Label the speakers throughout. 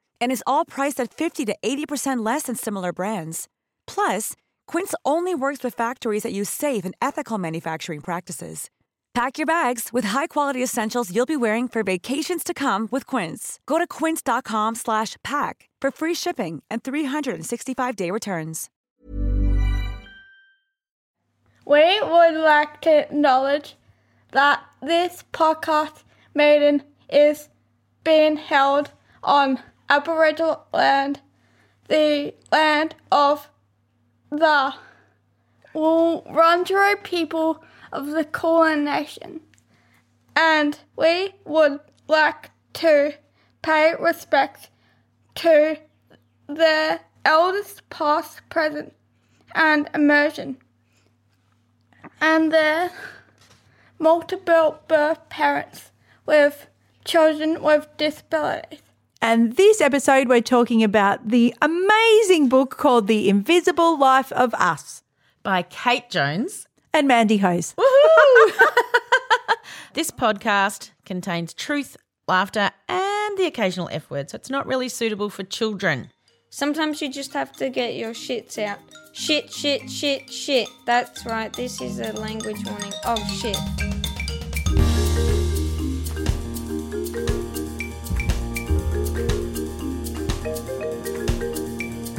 Speaker 1: and is all priced at 50 to 80% less than similar brands. Plus, Quince only works with factories that use safe and ethical manufacturing practices. Pack your bags with high-quality essentials you'll be wearing for vacations to come with Quince. Go to quince.com slash pack for free shipping and 365-day returns.
Speaker 2: We would like to acknowledge that this podcast maiden is being held on Aboriginal land, the land of the Wurundjeri people of the Kulin Nation, and we would like to pay respect to their elders, past, present, and emerging, and their multiple birth parents with children with disabilities.
Speaker 3: And this episode, we're talking about the amazing book called The Invisible Life of Us
Speaker 4: by Kate Jones.
Speaker 3: and Mandy Hose.
Speaker 4: This podcast contains truth, laughter, and the occasional F word, so it's not really suitable for children.
Speaker 2: Sometimes you just have to get your shits out. Shit, shit, shit, shit. That's right, this is a language warning. Oh shit.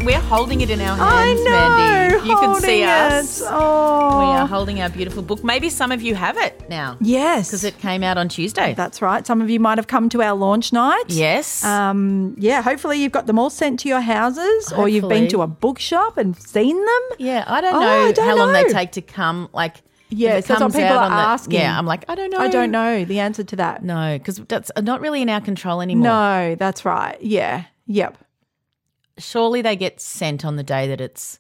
Speaker 4: We're holding it in our
Speaker 3: I
Speaker 4: hands,
Speaker 3: know.
Speaker 4: Mandy. You can
Speaker 3: holding
Speaker 4: see
Speaker 3: it.
Speaker 4: us.
Speaker 3: Oh,
Speaker 4: We are holding our beautiful book. Maybe some of you have it now.
Speaker 3: yes.
Speaker 4: Because it came out on Tuesday.
Speaker 3: That's right. Some of you might have come to our launch night.
Speaker 4: yes.
Speaker 3: Um, yeah, hopefully you've got them all sent to your houses or you've been
Speaker 4: Hopefully.
Speaker 3: to a bookshop and seen them.
Speaker 4: yeah, I don't
Speaker 3: Oh,
Speaker 4: know
Speaker 3: I don't
Speaker 4: how long they
Speaker 3: know.
Speaker 4: take to come. Like,
Speaker 3: Yeah,
Speaker 4: if it
Speaker 3: so that's what
Speaker 4: comes
Speaker 3: people
Speaker 4: out
Speaker 3: are
Speaker 4: on the-
Speaker 3: asking.
Speaker 4: Yeah, I'm like, I don't know.
Speaker 3: I don't know the answer to that.
Speaker 4: No, because that's not really in our control anymore.
Speaker 3: No, that's right. Yeah. Yep.
Speaker 4: Surely they get sent on the day that it's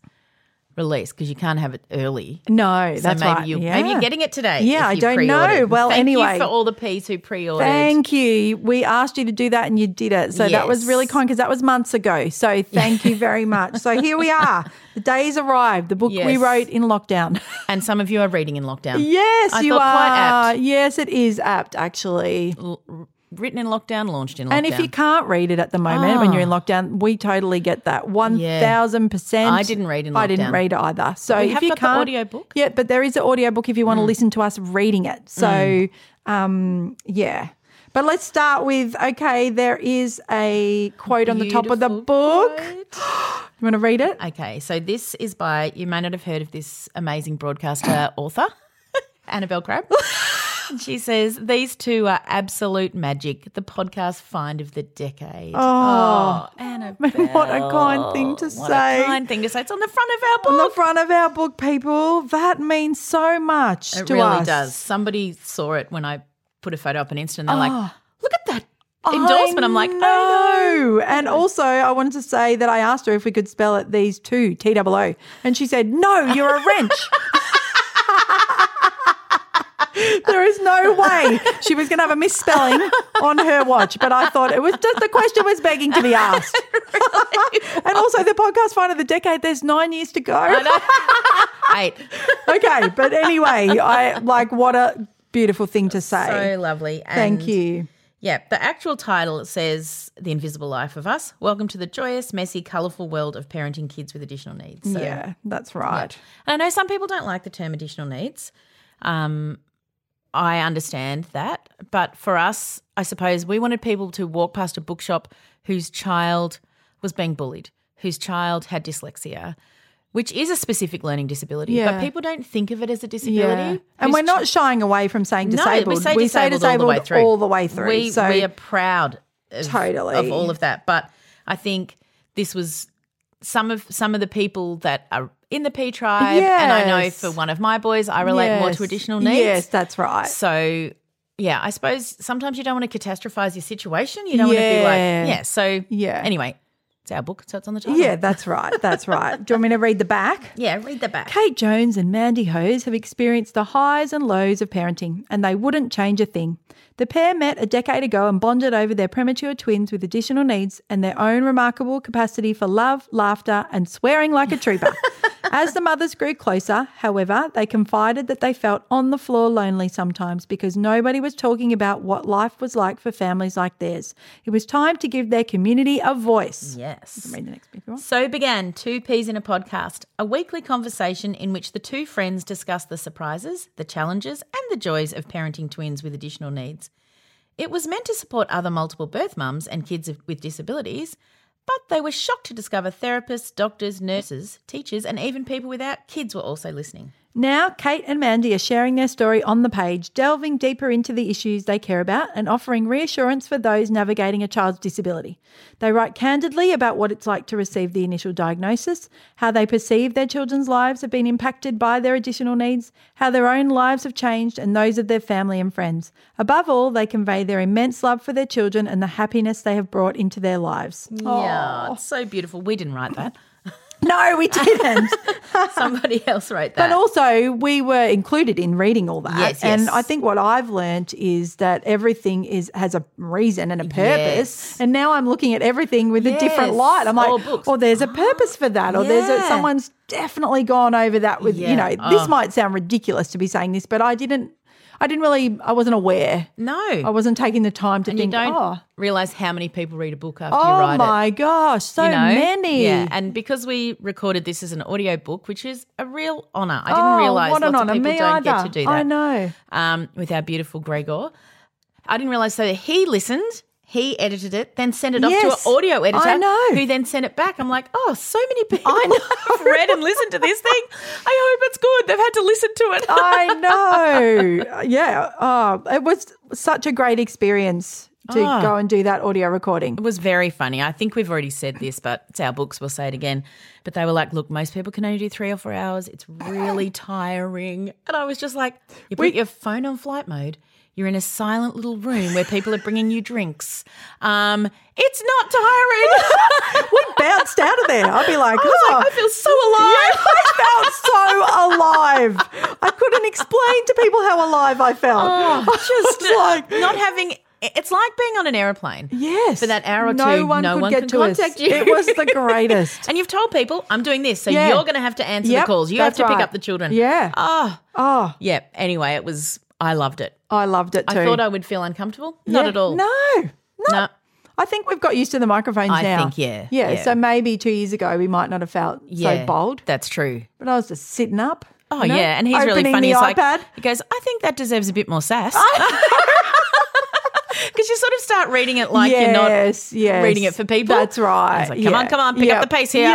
Speaker 4: released because you can't have it early.
Speaker 3: No, that's
Speaker 4: so maybe
Speaker 3: right.
Speaker 4: you
Speaker 3: yeah.
Speaker 4: maybe you're getting it today.
Speaker 3: Yeah,
Speaker 4: if
Speaker 3: I
Speaker 4: you
Speaker 3: don't know.
Speaker 4: pre-ordered.
Speaker 3: Well,
Speaker 4: Thank
Speaker 3: anyway.
Speaker 4: you for all the peas who pre-ordered.
Speaker 3: Thank you. We asked you to do that and you did it. So that was
Speaker 4: Yes.
Speaker 3: really kind because that was months ago. So thank you very much. So here we are. The day's arrived. The book we
Speaker 4: Yes.
Speaker 3: wrote in lockdown.
Speaker 4: and some of you are reading in lockdown.
Speaker 3: yes,
Speaker 4: I
Speaker 3: you are.
Speaker 4: thought quite apt.
Speaker 3: Yes, it is apt actually.
Speaker 4: Written in lockdown, launched in lockdown. Oh.
Speaker 3: And if you can't read it at the moment when you're in lockdown, we totally get that. 1000%.
Speaker 4: I didn't read in
Speaker 3: I didn't
Speaker 4: lockdown.
Speaker 3: read it either. So
Speaker 4: We
Speaker 3: if
Speaker 4: have
Speaker 3: you
Speaker 4: got the Mm.
Speaker 3: can't
Speaker 4: audiobook.
Speaker 3: Yeah, but there is an audiobook if you want to listen to us reading it. So
Speaker 4: Mm.
Speaker 3: um yeah. But let's start with okay, there is a quote on the top of the
Speaker 4: Beautiful
Speaker 3: book. You want to read it?
Speaker 4: Okay, so this is by you may not have heard of this amazing broadcaster author, Annabelle Crabb. She says, These two are absolute magic, the podcast find of the decade. Oh, Annabelle.
Speaker 3: what a kind thing to
Speaker 4: Oh, What
Speaker 3: say.
Speaker 4: a kind thing to say. It's on the front of our book.
Speaker 3: on the front of our book, people, that means so much
Speaker 4: It
Speaker 3: to
Speaker 4: really
Speaker 3: us.
Speaker 4: does. Somebody saw it when I put a photo up on Insta and they're
Speaker 3: Oh,
Speaker 4: like, look at that endorsement. I'm like, oh,
Speaker 3: no. And also, I wanted to say that I asked her if we could spell it these two, T O O. And she said, no, you're a wrench. there is no way she was going to have a misspelling on her watch. But I thought it was just the question was begging to be asked. and also, the podcast find of the decade, there's nine years to go.
Speaker 4: no. Eight.
Speaker 3: okay. But anyway, I like what a beautiful thing to say.
Speaker 4: So lovely. And
Speaker 3: Thank you.
Speaker 4: Yeah, the actual title says The Invisible Life of Us. Welcome to the joyous, messy, colourful world of parenting kids with additional needs. So,
Speaker 3: yeah, that's right.
Speaker 4: And I know some people don't like the term additional needs. Um, I understand that. But for us, I suppose we wanted people to walk past a bookshop whose child was being bullied, whose child had dyslexia, which is a specific learning disability,
Speaker 3: Yeah.
Speaker 4: but people don't think of it as a disability.
Speaker 3: Yeah. And
Speaker 4: Whose
Speaker 3: we're not
Speaker 4: chi-
Speaker 3: shying away from saying disabled.
Speaker 4: No, we say disabled, all the way through.
Speaker 3: all the way through.
Speaker 4: We,
Speaker 3: so
Speaker 4: we are proud of,
Speaker 3: Totally.
Speaker 4: of all of that. But I think this was some of some of the people that are in the P tribe. And I know
Speaker 3: Yes.
Speaker 4: for one of my boys, I relate more
Speaker 3: Yes.
Speaker 4: to additional needs.
Speaker 3: Yes, that's right.
Speaker 4: So, yeah, I suppose sometimes you don't want to catastrophize your situation. You don't want to be
Speaker 3: Yeah.
Speaker 4: like, yeah. So,
Speaker 3: Yeah.
Speaker 4: Anyway, it's our book, so it's on the title.
Speaker 3: yeah, that's right. That's right. Do you want me to read the back?
Speaker 4: yeah. Read the back.
Speaker 3: Kate Jones and Mandy Hose have experienced the highs and lows of parenting, and they wouldn't change a thing. The pair met a decade ago and bonded over their premature twins with additional needs and their own remarkable capacity for love, laughter, and swearing like a trooper. As the mothers grew closer, however, they confided that they felt on the floor lonely sometimes because nobody was talking about what life was like for families like theirs. It was time to give their community a voice.
Speaker 4: Yes.
Speaker 3: Read the next bit if you want.
Speaker 4: So began Two Peas in a Podcast, a weekly conversation in which the two friends discuss the surprises, the challenges, and the joys of parenting twins with additional needs. It was meant to support other multiple birth mums and kids of- with disabilities, but they were shocked to discover therapists, doctors, nurses, teachers, and even people without kids were also listening.
Speaker 3: Now, Kate and Mandy are sharing their story on the page, delving deeper into the issues they care about and offering reassurance for those navigating a child's disability. They write candidly about what it's like to receive the initial diagnosis, how they perceive their children's lives have been impacted by their additional needs, how their own lives have changed, and those of their family and friends. Above all, they convey their immense love for their children and the happiness they have brought into their lives.
Speaker 4: Yeah, it's so beautiful. We didn't write that.
Speaker 3: No, we didn't.
Speaker 4: Somebody else wrote that.
Speaker 3: But also, we were included in reading all that.
Speaker 4: Yes,
Speaker 3: and
Speaker 4: yes.
Speaker 3: I think what I've learnt is that everything is has a reason and a purpose.
Speaker 4: Yes.
Speaker 3: And now I'm looking at everything with a different
Speaker 4: Yes,
Speaker 3: light. I'm
Speaker 4: all
Speaker 3: like,
Speaker 4: books.
Speaker 3: oh, there's a purpose for that, or there's a,
Speaker 4: Yeah.
Speaker 3: someone's definitely gone over that with you
Speaker 4: Yeah. Oh.
Speaker 3: know. This might sound ridiculous to be saying this, but I didn't. I didn't really. I wasn't aware.
Speaker 4: no,
Speaker 3: I wasn't taking the time to
Speaker 4: Mm. and you
Speaker 3: think.
Speaker 4: don't
Speaker 3: oh,
Speaker 4: realize how many people read a book after you
Speaker 3: oh
Speaker 4: write it.
Speaker 3: my gosh, so
Speaker 4: you know?
Speaker 3: many.
Speaker 4: Yeah, and because we recorded this as an audio book, which is a real honor. I didn't
Speaker 3: Oh,
Speaker 4: realize
Speaker 3: what
Speaker 4: lots
Speaker 3: an
Speaker 4: of
Speaker 3: honor.
Speaker 4: people
Speaker 3: Me
Speaker 4: don't get
Speaker 3: either.
Speaker 4: to do that.
Speaker 3: I know.
Speaker 4: Um, with our beautiful Gregor, I didn't realize. So he listened. He edited it, then sent it off
Speaker 3: Yes,
Speaker 4: to an audio editor,
Speaker 3: I know.
Speaker 4: who then sent it back. I'm like, oh, so many people
Speaker 3: I know.
Speaker 4: have read and listened to this thing. I hope it's good. They've had to listen to it.
Speaker 3: I know. Yeah. Oh, it was such a great experience to
Speaker 4: Ah.
Speaker 3: go and do that audio recording.
Speaker 4: It was very funny. I think we've already said this, but it's our books. We'll say it again. But they were like, look, most people can only do three or four hours. It's really tiring. And I was just like, you put your phone on flight mode. You're in a silent little room where people are bringing you drinks. Um, it's not tiring.
Speaker 3: We bounced out of there. I'd be like, oh,
Speaker 4: I feel so alive.
Speaker 3: I felt so alive. I couldn't explain to people how alive I felt.
Speaker 4: Ah, just
Speaker 3: It's like-
Speaker 4: not having. It's like being on an airplane.
Speaker 3: Yes.
Speaker 4: For that hour or
Speaker 3: no
Speaker 4: two,
Speaker 3: one
Speaker 4: no
Speaker 3: could
Speaker 4: one
Speaker 3: get
Speaker 4: can
Speaker 3: to
Speaker 4: contact
Speaker 3: us.
Speaker 4: you.
Speaker 3: It was the greatest.
Speaker 4: And you've told people, I'm doing this, so
Speaker 3: Yeah.
Speaker 4: you're going to have to answer
Speaker 3: Yep,
Speaker 4: the calls. You have
Speaker 3: that's
Speaker 4: to pick
Speaker 3: right.
Speaker 4: up the children.
Speaker 3: Yeah.
Speaker 4: Oh,
Speaker 3: Oh,
Speaker 4: yeah. Anyway, it was. I loved it.
Speaker 3: I loved it too.
Speaker 4: I thought I would feel uncomfortable. Not
Speaker 3: Yeah.
Speaker 4: at all.
Speaker 3: No. No.
Speaker 4: No.
Speaker 3: I think we've got used to the microphones
Speaker 4: I
Speaker 3: now.
Speaker 4: think, yeah,
Speaker 3: yeah.
Speaker 4: yeah.
Speaker 3: So maybe two years ago we might not have felt so bold.
Speaker 4: That's true.
Speaker 3: But I was just sitting up.
Speaker 4: Oh
Speaker 3: you know,
Speaker 4: yeah, and he's really
Speaker 3: opening
Speaker 4: funny.
Speaker 3: The
Speaker 4: he's
Speaker 3: iPad.
Speaker 4: like, he goes, I think that deserves a bit more sass. Because you sort of start reading it like you're not
Speaker 3: Yes, yes.
Speaker 4: reading it for people.
Speaker 3: That's right.
Speaker 4: I was like, come on,
Speaker 3: Yeah.
Speaker 4: come on, pick
Speaker 3: Yep.
Speaker 4: up the pace here.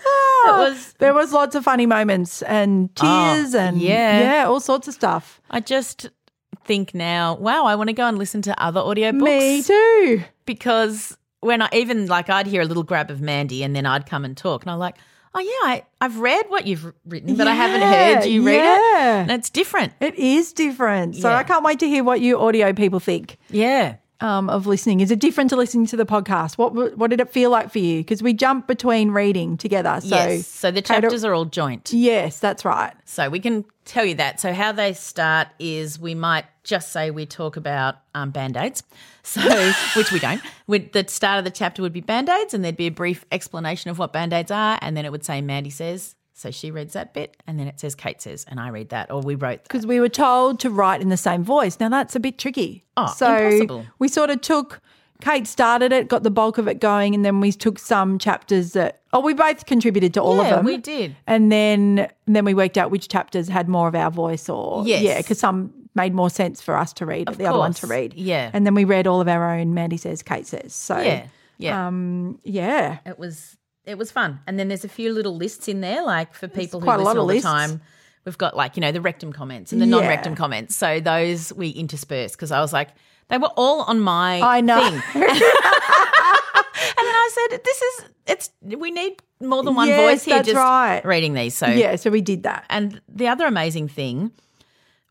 Speaker 3: Yeah.
Speaker 4: was-
Speaker 3: there was lots of funny moments and tears and
Speaker 4: Oh, yeah.
Speaker 3: yeah, all sorts of stuff.
Speaker 4: I just think now, wow, I want to go and listen to other audiobooks.
Speaker 3: Me too.
Speaker 4: because when I even like I'd hear a little grab of Mandy and then I'd come and talk and I'm like, oh yeah, I, I've read what you've written, but I haven't
Speaker 3: Yeah,
Speaker 4: heard you read
Speaker 3: yeah.
Speaker 4: it. And it's different.
Speaker 3: It is different. So
Speaker 4: Yeah.
Speaker 3: I can't wait to hear what you audio people think
Speaker 4: Yeah.
Speaker 3: um, of listening. Is it different to listening to the podcast? What w- what did it feel like for you? Because we jump between reading together. So
Speaker 4: yes. So the chapters are all joint.
Speaker 3: yes, that's right.
Speaker 4: So we can tell you that. So how they start is we might just say we talk about um, band-aids, so which we don't. We'd, the start of the chapter would be band-aids, and there'd be a brief explanation of what band-aids are, and then it would say Mandy says, so she reads that bit, and then it says Kate says, and I read that, or we wrote that.
Speaker 3: because we were told to write in the same voice. Now that's a bit tricky.
Speaker 4: Oh,
Speaker 3: so
Speaker 4: impossible.
Speaker 3: we sort of took Kate started it, got the bulk of it going, and then we took some chapters that. Oh, we both contributed to all of
Speaker 4: Yeah,
Speaker 3: them.
Speaker 4: we did.
Speaker 3: and then and then we worked out which chapters had more of our voice, or
Speaker 4: Yes.
Speaker 3: yeah, because some made more sense for us to read, the other one to
Speaker 4: course.
Speaker 3: read,
Speaker 4: Yeah.
Speaker 3: And then we read all of our own. Mandy says, Kate says. So
Speaker 4: Yeah. Yeah.
Speaker 3: Um, yeah.
Speaker 4: it was it was fun. And then there's a few little lists in there, like for people who
Speaker 3: quite a
Speaker 4: listen
Speaker 3: lot of
Speaker 4: all the
Speaker 3: lists.
Speaker 4: time. We've got like you know the rectum comments and the
Speaker 3: Yeah.
Speaker 4: non-rectum comments. So those we intersperse because I was like they were all on my
Speaker 3: I know.
Speaker 4: thing. And then I said, "This is it's we need more than one
Speaker 3: Yes,
Speaker 4: voice here."
Speaker 3: that's
Speaker 4: just
Speaker 3: right.
Speaker 4: reading these. So
Speaker 3: yeah, so we did that.
Speaker 4: and the other amazing thing,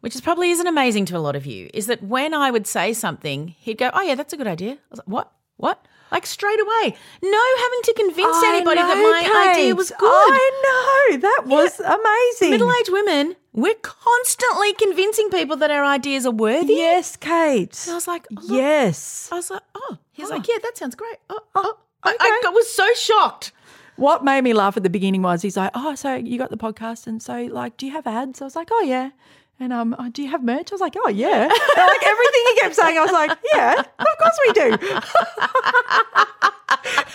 Speaker 4: which is probably isn't amazing to a lot of you, is that when I would say something, he'd go, "Oh yeah, that's a good idea." I was like, "What? What?" Like straight away, no having to convince
Speaker 3: I
Speaker 4: anybody that
Speaker 3: know,
Speaker 4: my idea was
Speaker 3: Kate.
Speaker 4: good.
Speaker 3: I know. That was amazing.
Speaker 4: Middle-aged women, we're constantly convincing people that our ideas are worthy.
Speaker 3: Yes, Kate.
Speaker 4: I was like, oh, look.
Speaker 3: yes.
Speaker 4: I was like, "Oh," he's like, "Yeah, that sounds great." Oh, oh. I,
Speaker 3: okay.
Speaker 4: I got- was so shocked.
Speaker 3: What made me laugh at the beginning was he's like, "Oh, so you got the podcast, and so like, do you have ads?" I was like, "Oh yeah," and um, "Oh, do you have merch? I was like, "Oh yeah." And, like everything he kept saying, I was like, "Yeah, of course we do." it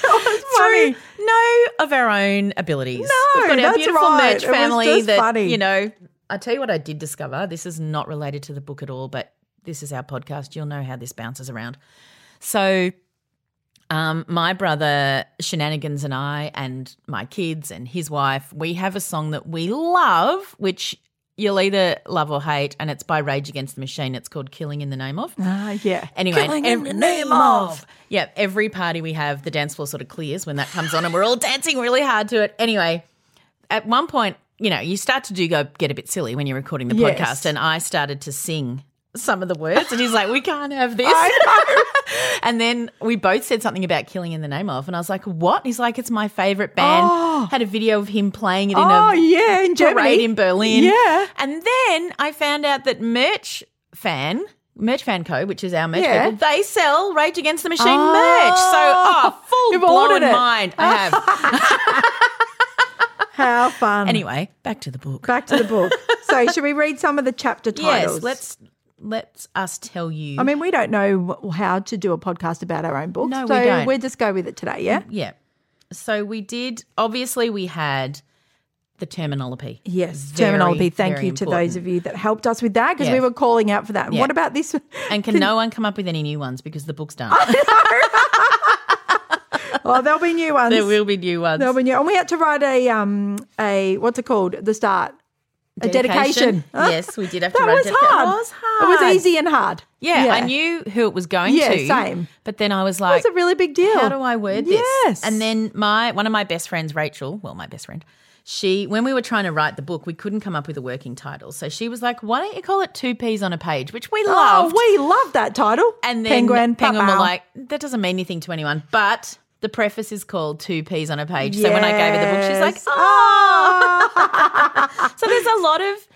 Speaker 3: was funny.
Speaker 4: no of our own abilities.
Speaker 3: No,
Speaker 4: We've got our
Speaker 3: that's
Speaker 4: beautiful
Speaker 3: right.
Speaker 4: merch
Speaker 3: It was
Speaker 4: family
Speaker 3: just
Speaker 4: that
Speaker 3: funny.
Speaker 4: you know. I tell you what I did discover. This is not related to the book at all, but this is our podcast. You'll know how this bounces around. So um, my brother Shenanigans and I and my kids and his wife, we have a song that we love, which you'll either love or hate, and it's by Rage Against the Machine. It's called Killing in the Name of.
Speaker 3: Ah, yeah.
Speaker 4: Anyway,
Speaker 3: Killing
Speaker 4: ev-
Speaker 3: in the name of.
Speaker 4: Yeah, every party we have, the dance floor sort of clears when that comes on, and we're all dancing really hard to it. Anyway, at one point, you know, you start to do go get a bit silly when you're recording the
Speaker 3: Yes.
Speaker 4: podcast, and I started to sing some of the words, and he's like, "We can't have this." and then we both said something about killing in the name of, and I was like, "What?" And he's like, "It's my favorite band." Had a video of him playing it in
Speaker 3: Oh
Speaker 4: a
Speaker 3: yeah, in Germany,
Speaker 4: parade in Berlin.
Speaker 3: Yeah.
Speaker 4: And then I found out that Merch Fan, Merch Fan Co., which is our merch
Speaker 3: Yeah.
Speaker 4: people, they sell Rage Against the Machine
Speaker 3: Oh.
Speaker 4: merch. So, oh, full
Speaker 3: You've
Speaker 4: blown
Speaker 3: ordered it.
Speaker 4: mind. I have.
Speaker 3: How fun!
Speaker 4: anyway, back to the book.
Speaker 3: back to the book. so, should we read some of the chapter titles?
Speaker 4: Yes, let's let us tell you.
Speaker 3: I mean, we don't know wh- how to do a podcast about our own books,
Speaker 4: No, we
Speaker 3: so
Speaker 4: don't. Mm,
Speaker 3: will just go with it today. Yeah.
Speaker 4: yeah. So we did. Obviously, we had the terminology.
Speaker 3: Yes,
Speaker 4: Very,
Speaker 3: terminology. Thank
Speaker 4: very
Speaker 3: you to those
Speaker 4: important.
Speaker 3: of you that helped us with that because we
Speaker 4: Yeah.
Speaker 3: were calling out for that.
Speaker 4: Yeah.
Speaker 3: What about this? one?
Speaker 4: And can no one come up with any new ones because the book's done?
Speaker 3: oh, there'll be new ones.
Speaker 4: there will be new ones.
Speaker 3: There'll be new. And we had to write a um a what's it called at the start? A dedication.
Speaker 4: Yes, we did have to
Speaker 3: that
Speaker 4: write a
Speaker 3: was
Speaker 4: dedica-
Speaker 3: hard.
Speaker 4: It was hard.
Speaker 3: It was easy and hard.
Speaker 4: Yeah, I knew who it was going
Speaker 3: Yeah,
Speaker 4: to.
Speaker 3: same.
Speaker 4: But then I was
Speaker 3: That
Speaker 4: like,
Speaker 3: was a really big deal.
Speaker 4: how do I word this?
Speaker 3: Yes.
Speaker 4: And then my one of my best friends, Rachel, well, my best friend, she when we were trying to write the book, we couldn't come up with a working title. So she was like, why don't you call it two peas on a page? Which we
Speaker 3: Oh,
Speaker 4: loved.
Speaker 3: we love that title.
Speaker 4: and then
Speaker 3: penguin,
Speaker 4: Penguin
Speaker 3: Bow
Speaker 4: were
Speaker 3: Bow.
Speaker 4: like, that doesn't mean anything to anyone. But the preface is called Two Peas on a Page. So when I gave her the book, she's like,
Speaker 3: Yes.
Speaker 4: oh. so there's a lot of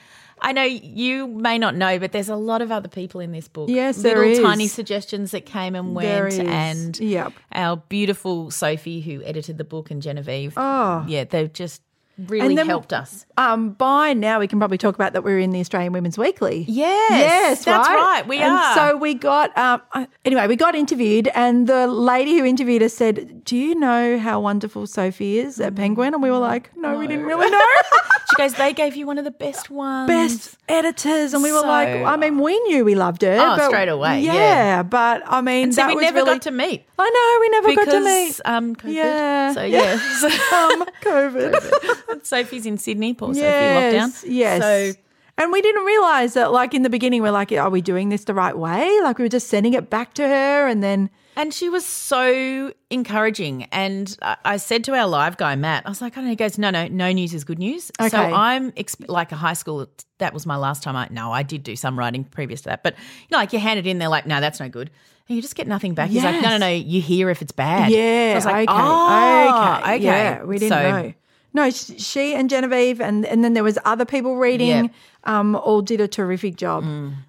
Speaker 4: I know you may not know, but there's a lot of other people in this book.
Speaker 3: Yes, there
Speaker 4: Little
Speaker 3: is.
Speaker 4: tiny suggestions that came and went.
Speaker 3: There is.
Speaker 4: And
Speaker 3: Yep.
Speaker 4: our beautiful Sophie who edited the book and Genevieve. Oh. Yeah, they've just really
Speaker 3: And then-
Speaker 4: helped us.
Speaker 3: Um, by now we can probably talk about that we're in the Australian Women's Weekly.
Speaker 4: Yes,
Speaker 3: yes,
Speaker 4: that's right, we
Speaker 3: and
Speaker 4: are.
Speaker 3: So we got um, uh, anyway, we got interviewed, and the lady who interviewed us said, "Do you know how wonderful Sophie is at Penguin?" And we were like, "No, we didn't really know."
Speaker 4: She goes, they gave you one of the best ones.
Speaker 3: Best editors, and we were
Speaker 4: So-
Speaker 3: like, I mean, we knew we loved her.
Speaker 4: Oh, straight away,
Speaker 3: Yeah,
Speaker 4: yeah.
Speaker 3: but I mean,
Speaker 4: And so
Speaker 3: that
Speaker 4: we
Speaker 3: was
Speaker 4: never
Speaker 3: really,
Speaker 4: got to meet.
Speaker 3: I know we never got to
Speaker 4: because
Speaker 3: meet.
Speaker 4: um COVID.
Speaker 3: Yeah.
Speaker 4: So
Speaker 3: Yeah.
Speaker 4: yeah.
Speaker 3: Um, COVID.
Speaker 4: Sophie's in Sydney, poor
Speaker 3: yes,
Speaker 4: Sophie lockdown.
Speaker 3: Yes.
Speaker 4: So
Speaker 3: and we didn't realize that, like in the beginning, we're like, "Are we doing this the right way?" Like we were just sending it back to her, and then
Speaker 4: and she was so encouraging. And I, I said to our live guy, Matt, I was like, I don't know. He goes, no, no, no news is good news. So
Speaker 3: Okay.
Speaker 4: I'm exp- like a high school, that was my last time. I No, I did do some writing previous to that. But, you know, like you hand it in, they're like, no, that's no good. And you just get nothing back. He's like, no, no,
Speaker 3: Yes.
Speaker 4: no, you hear if it's bad.
Speaker 3: Yeah.
Speaker 4: So I was like,
Speaker 3: okay.
Speaker 4: oh,
Speaker 3: okay. Yeah, we didn't
Speaker 4: So-
Speaker 3: know. No, sh- she and Genevieve, and and then there was other people reading. Um, all did a terrific job.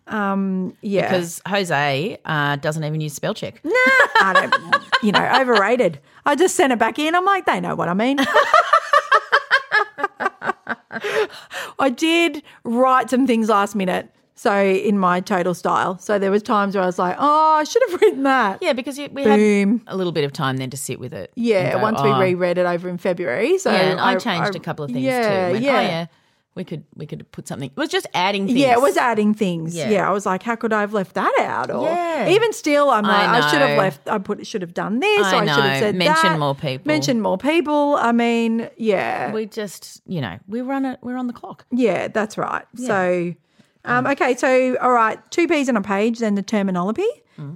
Speaker 3: Um, yeah.
Speaker 4: Mm. Because Jose uh, doesn't even use spell check.
Speaker 3: I don't, you know, overrated. I just sent it back in. I'm like, they know what I mean. I did write some things last minute. So in my total style. So there was times where I was like, oh, I should have written that.
Speaker 4: Yeah, because you, we
Speaker 3: Boom.
Speaker 4: had a little bit of time then to sit with it.
Speaker 3: Yeah,
Speaker 4: and go,
Speaker 3: once
Speaker 4: "Oh."
Speaker 3: we reread it over in February. So
Speaker 4: Yeah, and I changed a couple of things too. Went, "Oh, yeah, we could we could put something. It was just adding things.
Speaker 3: Yeah, it was adding things.
Speaker 4: Yeah.
Speaker 3: Yeah. I was like, how could I have left that out? Or
Speaker 4: Yeah.
Speaker 3: even still, I'm like,
Speaker 4: I
Speaker 3: I, should
Speaker 4: know.
Speaker 3: have left. I put should have done this.
Speaker 4: I
Speaker 3: or I should
Speaker 4: know.
Speaker 3: have said
Speaker 4: Mention
Speaker 3: that.
Speaker 4: more people.
Speaker 3: Mention more people. I mean, yeah,
Speaker 4: We just you know we run it. We're on the clock.
Speaker 3: yeah, that's right. So, um, okay, so all right, two P's in a page. Then the terminology.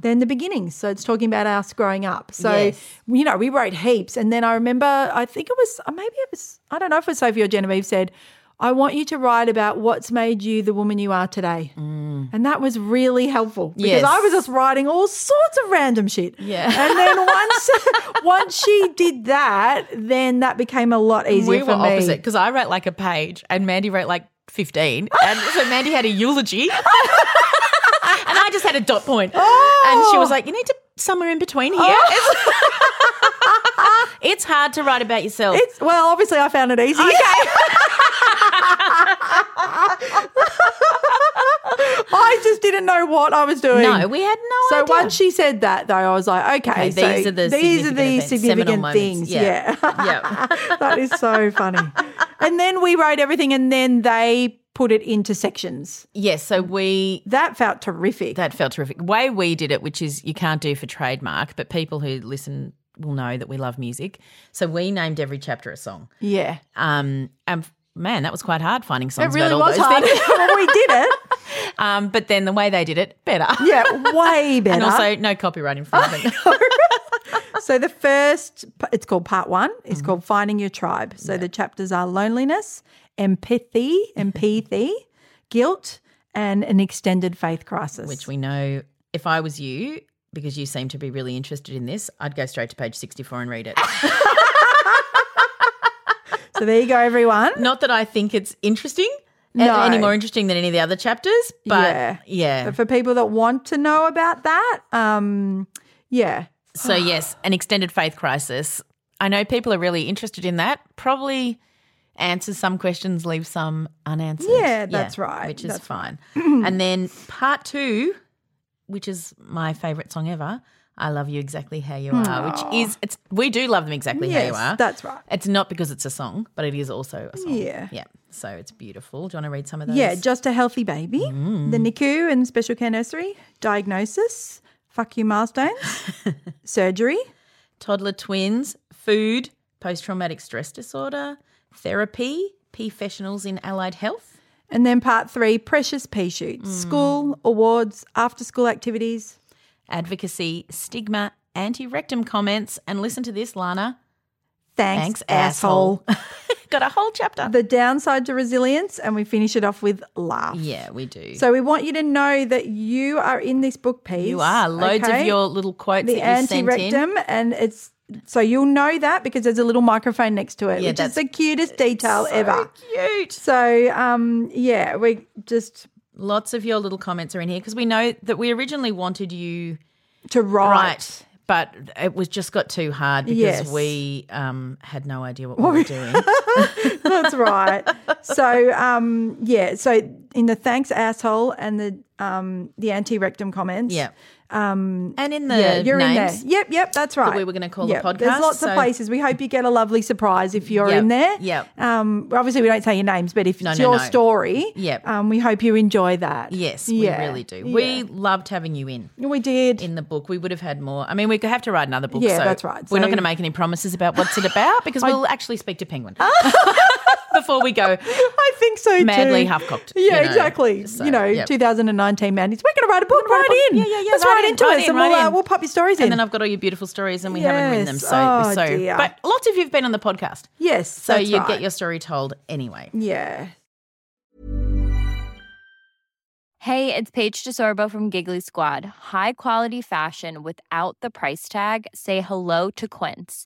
Speaker 3: Then the beginnings. So it's talking about us growing up. So
Speaker 4: Mm. Yes.
Speaker 3: you know, we wrote heaps, and then I remember, I think it was uh, maybe it was I don't know if it was Sophie or Genevieve said. I want you to write about what's made you the woman you are today. And that was really helpful because
Speaker 4: Mm. Yes.
Speaker 3: I was just writing all sorts of random shit.
Speaker 4: Yeah.
Speaker 3: And then once once she did that, then that became a lot easier
Speaker 4: we
Speaker 3: for
Speaker 4: were
Speaker 3: me.
Speaker 4: opposite because I wrote like a page and Mandy wrote like 15. And so Mandy had a eulogy. and I just had a dot point. And
Speaker 3: Oh.
Speaker 4: she was like, you need to somewhere in between here. It's- it's hard to write about yourself.
Speaker 3: It's well, obviously I found it easy. I just didn't know what I was doing.
Speaker 4: no, we had no
Speaker 3: so
Speaker 4: idea.
Speaker 3: once she said that, though, I was like, okay,
Speaker 4: Okay,
Speaker 3: so
Speaker 4: these are the
Speaker 3: these are
Speaker 4: significant
Speaker 3: the
Speaker 4: events, seminal
Speaker 3: significant
Speaker 4: moments.
Speaker 3: things.
Speaker 4: Yeah.
Speaker 3: yeah.
Speaker 4: yeah.
Speaker 3: that is so funny. And then we wrote everything, and then they put it into sections.
Speaker 4: Yes. So we
Speaker 3: That felt terrific.
Speaker 4: That felt terrific. Way we did it, which is you can't do for trademark, but people who listen will know that we love music. So we named every chapter a song.
Speaker 3: yeah,
Speaker 4: Um, and man, that was quite hard finding
Speaker 3: it
Speaker 4: songs
Speaker 3: really
Speaker 4: about all
Speaker 3: was
Speaker 4: those
Speaker 3: hard.
Speaker 4: things.
Speaker 3: well, we did it.
Speaker 4: Um, but then the way they did it, better.
Speaker 3: Yeah, way better.
Speaker 4: and also no copyright infringement.
Speaker 3: so the first, p- it's called part one. It's
Speaker 4: Mm-hmm.
Speaker 3: called finding your tribe. So the chapters are loneliness, empathy, empathy, guilt, and an extended faith crisis.
Speaker 4: which we know if I was you, because you seem to be really interested in this, I'd go straight to page 64 and read it.
Speaker 3: so there you go, everyone.
Speaker 4: Not that I think it's interesting. a-
Speaker 3: No.
Speaker 4: Any more interesting than any of the other chapters, but
Speaker 3: Yeah.
Speaker 4: yeah.
Speaker 3: But for people that want to know about that, um, yeah,
Speaker 4: So, yes, an extended faith crisis. I know people are really interested in that. Probably answers some questions, leaves some unanswered.
Speaker 3: Yeah, that's right.
Speaker 4: Which is
Speaker 3: That's
Speaker 4: fine. and then part two, which is my favorite song ever. I love you exactly how you are, which is it's we do love them exactly
Speaker 3: yes,
Speaker 4: how you are.
Speaker 3: that's right.
Speaker 4: it's not because it's a song, but it is also a song.
Speaker 3: Yeah.
Speaker 4: Yeah. So it's beautiful. Do you want to read some of those? Mm.
Speaker 3: Yeah, just a healthy baby. The NICU and special care nursery. Diagnosis. Fuck you milestones. surgery.
Speaker 4: toddler twins, food, post traumatic stress disorder, therapy, professionals in allied health.
Speaker 3: And then part three, precious pea shoots.
Speaker 4: Hmm.
Speaker 3: School, awards, after school activities.
Speaker 4: advocacy, stigma, anti rectum comments, and listen to this, Lana.
Speaker 3: Thanks,
Speaker 4: Thanks,
Speaker 3: asshole.
Speaker 4: Got a whole chapter.
Speaker 3: the downside to resilience. And we finish it off with laugh.
Speaker 4: yeah, we do.
Speaker 3: So we want you to know that you are in this book piece.
Speaker 4: you are loads
Speaker 3: okay?
Speaker 4: of your little quotes
Speaker 3: the
Speaker 4: that you
Speaker 3: anti
Speaker 4: sent in.
Speaker 3: rectum, and it's so you'll know that because there's a little microphone next to it,
Speaker 4: Yeah,
Speaker 3: which
Speaker 4: that's-
Speaker 3: is the cutest detail ever.
Speaker 4: Cute.
Speaker 3: So, um, yeah, we just
Speaker 4: Lots of your little comments are in here because we know that we originally wanted you
Speaker 3: to write.
Speaker 4: right, but it was just got too hard because
Speaker 3: Yes.
Speaker 4: we um, had no idea what we were doing.
Speaker 3: That's right. so, um, yeah, so in the thanks asshole and the um, the anti rectum comments.
Speaker 4: yeah. Um, and in the
Speaker 3: Yeah, you're
Speaker 4: names,
Speaker 3: in there. Yep, yep, that's right.
Speaker 4: we were gonna call the
Speaker 3: Yep,
Speaker 4: podcast,
Speaker 3: There's lots
Speaker 4: so-
Speaker 3: of places. We hope you get a lovely surprise if you're
Speaker 4: Yep,
Speaker 3: in there.
Speaker 4: yep.
Speaker 3: Um, obviously, we don't say your names, but if
Speaker 4: No,
Speaker 3: it's
Speaker 4: no,
Speaker 3: your
Speaker 4: no.
Speaker 3: story,
Speaker 4: Yep.
Speaker 3: um, we hope you enjoy that.
Speaker 4: yes,
Speaker 3: Yeah,
Speaker 4: we really do. We loved having you in.
Speaker 3: We did.
Speaker 4: in the book. We would have had more. I mean, we could have to write another book.
Speaker 3: Yeah,
Speaker 4: so
Speaker 3: that's right.
Speaker 4: We're not
Speaker 3: So-
Speaker 4: going to make any promises about what's it about because we'll actually speak to Penguin
Speaker 3: Ah.
Speaker 4: before we go.
Speaker 3: I think so too.
Speaker 4: Madly half-cocked,
Speaker 3: Yeah,
Speaker 4: you know.
Speaker 3: exactly.
Speaker 4: So,
Speaker 3: you know,
Speaker 4: yep.
Speaker 3: 2019 Mandy's. We're going to write a book. write
Speaker 4: book.
Speaker 3: it in.
Speaker 4: Yeah, yeah, yeah,
Speaker 3: Let's
Speaker 4: write
Speaker 3: write,
Speaker 4: in,
Speaker 3: into
Speaker 4: write
Speaker 3: us
Speaker 4: in,
Speaker 3: and
Speaker 4: write
Speaker 3: we'll, uh,
Speaker 4: in.
Speaker 3: we'll pop your stories in.
Speaker 4: And then I've got all your beautiful stories, and we haven't written them.
Speaker 3: Yes.
Speaker 4: So,
Speaker 3: Oh,
Speaker 4: so
Speaker 3: dear.
Speaker 4: but lots of you've been on the podcast,
Speaker 3: yes.
Speaker 4: so
Speaker 3: that's
Speaker 4: you
Speaker 3: right.
Speaker 4: get your story told anyway.
Speaker 3: Yeah.
Speaker 5: Hey, it's Paige DeSorbo from Giggly Squad. High quality fashion without the price tag. Say hello to Quince.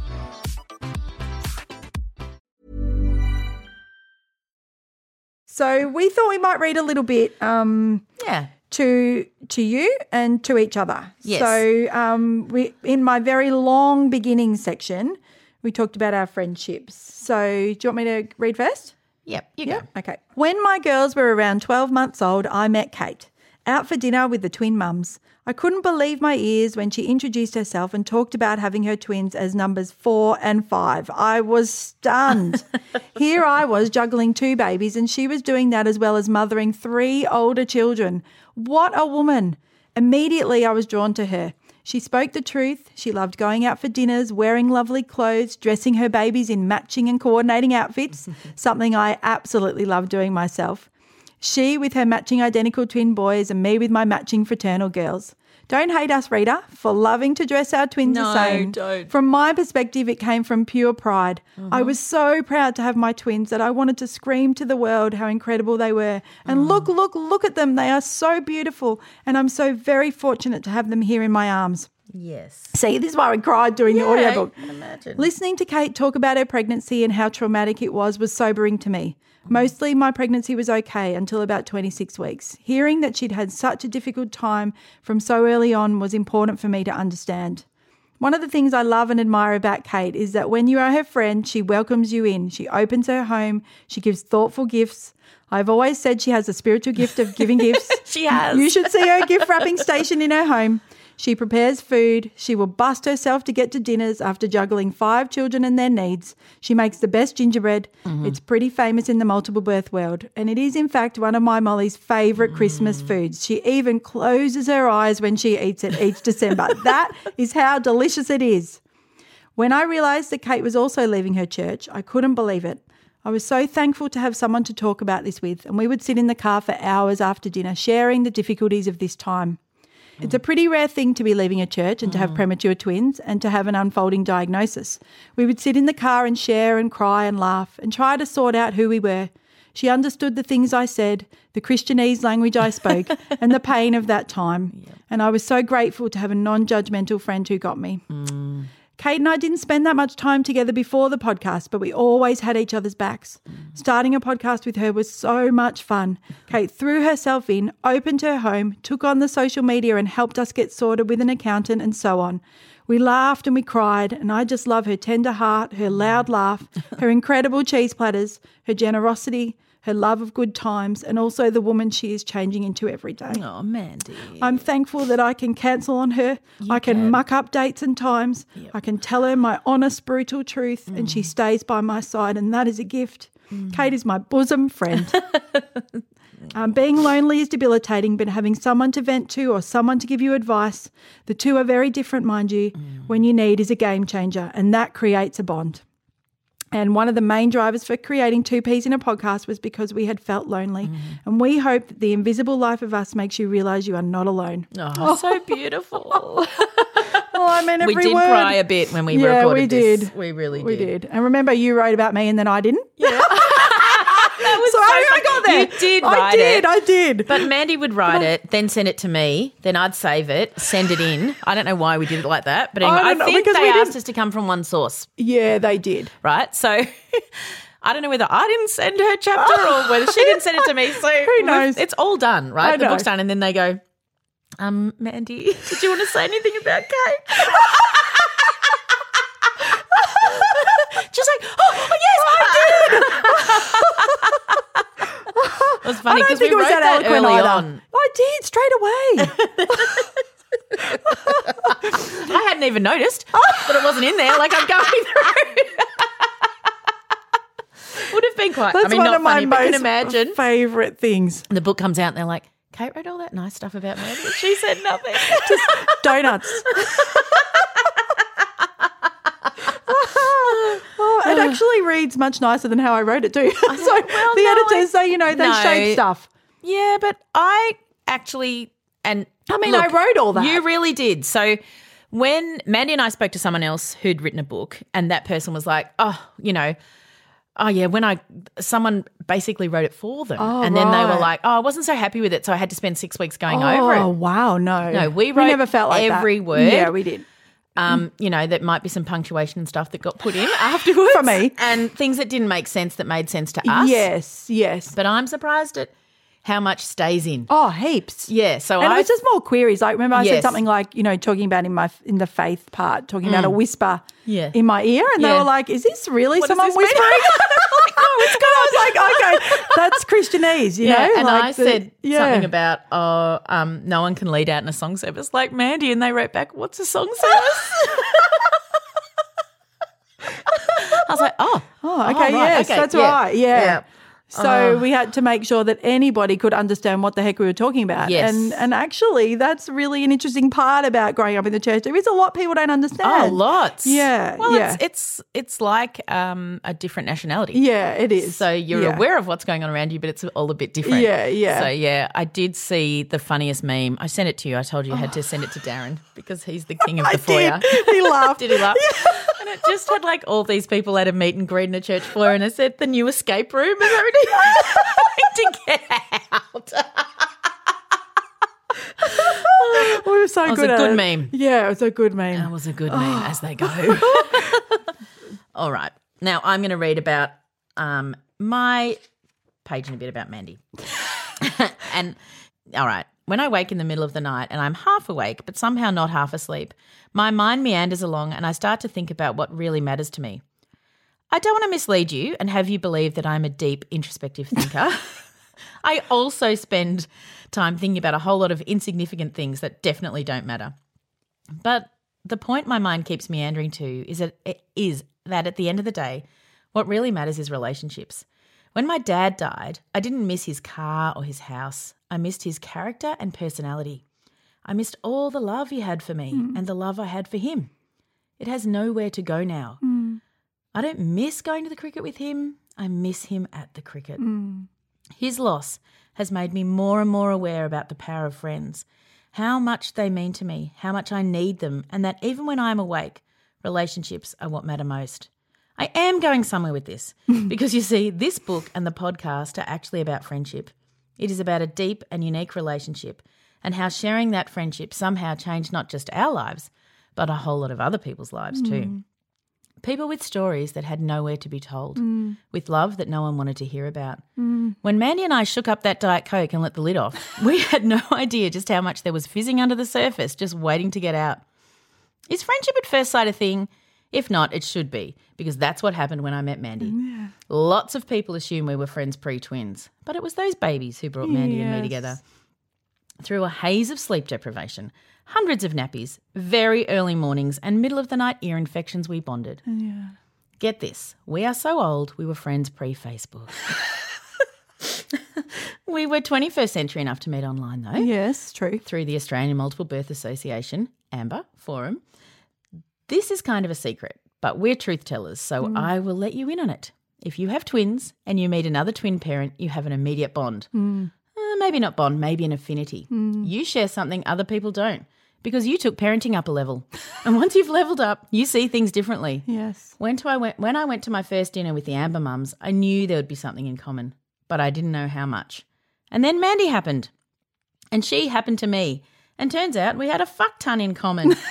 Speaker 3: So we thought we might read a little bit um,
Speaker 4: Yeah.
Speaker 3: to to you and to each other.
Speaker 4: Yes.
Speaker 3: So um, we in my very long beginning section, we talked about our friendships. So do you want me to read first?
Speaker 4: Yep. You go.
Speaker 3: Okay. When my girls were around 12 months old, I met Kate out for dinner with the twin mums. I couldn't believe my ears when she introduced herself and talked about having her twins as numbers four and five. I was stunned. Here I was juggling two babies, and she was doing that as well as mothering three older children. What a woman! Immediately, I was drawn to her. She spoke the truth. She loved going out for dinners, wearing lovely clothes, dressing her babies in matching and coordinating outfits, something I absolutely love doing myself. She with her matching identical twin boys, and me with my matching fraternal girls. Don't hate us, Rita, for loving to dress our twins the
Speaker 4: No,
Speaker 3: same.
Speaker 4: don't. Uh-huh.
Speaker 3: From my perspective, it came from pure pride. I was so proud to have my twins that I wanted to scream to the world how incredible they were.
Speaker 4: Uh-huh.
Speaker 3: And look, look, look at them. They are so beautiful. And I'm so very fortunate to have them here in my arms.
Speaker 4: Yes.
Speaker 3: See, this is why we cried during the audiobook.
Speaker 4: Imagine.
Speaker 3: Listening to Kate talk about her pregnancy and how traumatic it was was sobering to me. Mostly, my pregnancy was okay until about 26 weeks. Hearing that she'd had such a difficult time from so early on was important for me to understand. One of the things I love and admire about Kate is that when you are her friend, she welcomes you in. She opens her home. She gives thoughtful gifts. I've always said she has a spiritual gift of giving gifts.
Speaker 4: She has.
Speaker 3: You should see her gift wrapping station in her home. She prepares food. She will bust herself to get to dinners after juggling five children and their needs. She makes the best gingerbread. It's pretty famous in the multiple birth world. And it is, in fact, one of my Molly's favourite Christmas foods. She even closes her eyes when she eats it each December. that is how delicious it is. When I realised that Kate was also leaving her church, I couldn't believe it. I was so thankful to have someone to talk about this with, and we would sit in the car for hours after dinner sharing the difficulties of this time. It's a pretty rare thing to be leaving a church and to have premature twins and to have an unfolding diagnosis. We would sit in the car and share and cry and laugh and try to sort out who we were. She understood the things I said, the Christianese language I spoke, and the pain of that time. And I was so grateful to have a non judgmental friend who got me. Kate and I didn't spend that much time together before the podcast, but we always had each other's backs. Starting a podcast with her was so much fun. Kate threw herself in, opened her home, took on the social media, and helped us get sorted with an accountant and so on. We laughed and we cried, and I just love her tender heart, her loud laugh, her incredible cheese platters, her generosity, her love of good times, and also the woman she is changing into every day.
Speaker 4: Oh, Mandy.
Speaker 3: I'm thankful that I can cancel on her. I can, muck up dates and times. I can tell her my honest, brutal truth, and she stays by my side, and that is a gift. Kate is my bosom friend. Um, being lonely is debilitating, but having someone to vent to or someone to give you advice, the two are very different, mind you, when you need is a game changer, and that creates a bond. And one of the main drivers for creating Two Peas in a Podcast was because we had felt lonely. And we hope that the invisible life of us makes you realize you are not alone.
Speaker 4: Oh, so beautiful.
Speaker 3: Well, Oh, I mean,
Speaker 4: we
Speaker 3: every
Speaker 4: did
Speaker 3: word.
Speaker 4: cry a bit when we
Speaker 3: Yeah,
Speaker 4: recorded
Speaker 3: we
Speaker 4: this.
Speaker 3: did.
Speaker 4: We really
Speaker 3: We
Speaker 4: did.
Speaker 3: did. And remember, you wrote about me and then I didn't? Yeah.
Speaker 4: That was
Speaker 3: Sorry, I got there.
Speaker 4: You did
Speaker 3: I
Speaker 4: write
Speaker 3: did.
Speaker 4: it.
Speaker 3: I did.
Speaker 4: But Mandy would write it, then send it to me, then I'd save it, send it in. I don't know why we did it like that, but anyway,
Speaker 3: I
Speaker 4: I,
Speaker 3: don't know,
Speaker 4: think
Speaker 3: because
Speaker 4: they
Speaker 3: we
Speaker 4: asked
Speaker 3: didn't-
Speaker 4: us to come from one source,
Speaker 3: yeah, they did.
Speaker 4: right? So I don't know whether I didn't send her chapter or whether she didn't send it to me. So
Speaker 3: Who knows?
Speaker 4: It's all done, right?
Speaker 3: I
Speaker 4: The
Speaker 3: know.
Speaker 4: book's done, and then they go, "Um, Mandy, did you want to say anything about Kate?" She's like, "Oh, oh, yes, I did." it was
Speaker 3: I
Speaker 4: funny
Speaker 3: don't
Speaker 4: because we
Speaker 3: think it
Speaker 4: wrote
Speaker 3: was that,
Speaker 4: that,
Speaker 3: eloquent
Speaker 4: early
Speaker 3: either.
Speaker 4: on.
Speaker 3: I did straight away.
Speaker 4: I hadn't even noticed that it wasn't in there. Like I'm going through. Would have been quite.
Speaker 3: That's
Speaker 4: I mean,
Speaker 3: one
Speaker 4: not
Speaker 3: of my
Speaker 4: funny, but I can
Speaker 3: most
Speaker 4: imagine.
Speaker 3: favorite things.
Speaker 4: the book comes out and they're like, Kate wrote all that nice stuff about me, but she said nothing.
Speaker 3: Just donuts. Oh, it actually reads much nicer than how I wrote it, too. so
Speaker 4: well,
Speaker 3: the
Speaker 4: no,
Speaker 3: editors,
Speaker 4: I-
Speaker 3: they, you know, they
Speaker 4: No.
Speaker 3: shape stuff.
Speaker 4: yeah, but I actually, and
Speaker 3: I mean,
Speaker 4: look,
Speaker 3: I wrote all that.
Speaker 4: You really did. So when Mandy and I spoke to someone else who'd written a book, and that person was like, "Oh, you know." Oh yeah, when I someone basically wrote it for them,
Speaker 3: Oh,
Speaker 4: and then they were
Speaker 3: right.
Speaker 4: like, "Oh, I wasn't so happy with it, so I had to spend six weeks going
Speaker 3: oh,
Speaker 4: over it."
Speaker 3: wow, no,
Speaker 4: No, we wrote
Speaker 3: never felt like that.
Speaker 4: every word.
Speaker 3: Yeah, we did.
Speaker 4: um, you know, that might be some punctuation and stuff that got put in afterwards.
Speaker 3: For me.
Speaker 4: And things that didn't make sense that made sense to us.
Speaker 3: Yes, yes.
Speaker 4: But I'm surprised at how much stays in.
Speaker 3: Oh, heaps.
Speaker 4: Yeah. So
Speaker 3: and
Speaker 4: I
Speaker 3: it was just more queries. Like remember, I
Speaker 4: Yes.
Speaker 3: said something like, you know, talking about in my in the faith part, talking about a whisper
Speaker 4: Mm. Yeah.
Speaker 3: in my ear, and
Speaker 4: Yeah.
Speaker 3: they were like, "Is this really
Speaker 4: What does
Speaker 3: someone
Speaker 4: this mean?
Speaker 3: whispering?" like, no, it's good. I was like, "Okay, that's Christianese," you
Speaker 4: yeah,
Speaker 3: know.
Speaker 4: and
Speaker 3: like
Speaker 4: I
Speaker 3: the-
Speaker 4: said
Speaker 3: yeah.
Speaker 4: something about oh, um, no one can lead out in a song service like Mandy, and they wrote back, "What's a song service?" I was like, "Oh,
Speaker 3: Oh, okay,
Speaker 4: right,
Speaker 3: yes,
Speaker 4: okay,
Speaker 3: that's
Speaker 4: yeah,
Speaker 3: right. Yeah.
Speaker 4: yeah. oh.
Speaker 3: So we had to make sure that anybody could understand what the heck we were talking about.
Speaker 4: Yes.
Speaker 3: And and actually that's really an interesting part about growing up in the church. There is a lot people don't
Speaker 4: oh,
Speaker 3: understand.
Speaker 4: lots."
Speaker 3: Yeah,
Speaker 4: Well,
Speaker 3: yeah.
Speaker 4: it's it's it's like um, a different nationality.
Speaker 3: Yeah, it is.
Speaker 4: So you're
Speaker 3: Yeah.
Speaker 4: aware of what's going on around you, but it's all a bit different.
Speaker 3: Yeah, yeah.
Speaker 4: So yeah, I did see the funniest meme. I sent it to you. I told you I had to send it to Darren because he's the king of the foyer.
Speaker 3: did. He laughed.
Speaker 4: Did he laugh? And it just had like all these people at a meet and greet in a church floor, and I said the new escape room and everything to get out.
Speaker 3: We were Oh, so
Speaker 4: was
Speaker 3: good
Speaker 4: a
Speaker 3: at
Speaker 4: good
Speaker 3: it.
Speaker 4: meme.
Speaker 3: Yeah, it was a good meme.
Speaker 4: That was a good meme as they go. all right, now I'm going to read about um, my page in a bit about Mandy. and all right, when I wake in the middle of the night and I'm half awake, but somehow not half asleep, my mind meanders along and I start to think about what really matters to me. I don't want to mislead you and have you believe that I'm a deep, introspective thinker. I also spend time thinking about a whole lot of insignificant things that definitely don't matter. But the point my mind keeps meandering to is that it is that at the end of the day, what really matters is relationships. When my dad died, I didn't miss his car or his house. I missed his character and personality. I missed all the love he had for me and the love I had for him. It has nowhere to go now. I don't miss going to the cricket with him. I miss him at the cricket. His loss has made me more and more aware about the power of friends, how much they mean to me, how much I need them, and that even when I am awake, relationships are what matter most. I am going somewhere with this because you see, this book and the podcast are actually about friendship. It is about a deep and unique relationship and how sharing that friendship somehow changed not just our lives, but a whole lot of other people's lives too. People with stories that had nowhere to be told, with love that no one wanted to hear about. When Mandy and I shook up that Diet Coke and let the lid off, we had no idea just how much there was fizzing under the surface, just waiting to get out. Is friendship at first sight a thing? If not, it should be, because that's what happened when I met Mandy. Lots of people assume we were friends pre twins, but it was those babies who brought Mandy and me together. Through a haze of sleep deprivation, hundreds of nappies, very early mornings, and middle of the night ear infections, we bonded. Get this we are so old, we were friends pre Facebook. we were 21st century enough to meet online, though
Speaker 3: Yes, true.
Speaker 4: through the Australian Multiple Birth Association, AMBER Forum. This is kind of a secret, but we're truth tellers, so I will let you in on it. If you have twins and you meet another twin parent, you have an immediate bond. Uh, maybe not bond, maybe an affinity. You share something other people don't because you took parenting up a level. and once you've leveled up, you see things differently.
Speaker 3: Yes.
Speaker 4: When, to I went, when I went to my first dinner with the Amber Mums, I knew there would be something in common, but I didn't know how much. And then Mandy happened, and she happened to me, and turns out we had a fuck ton in common.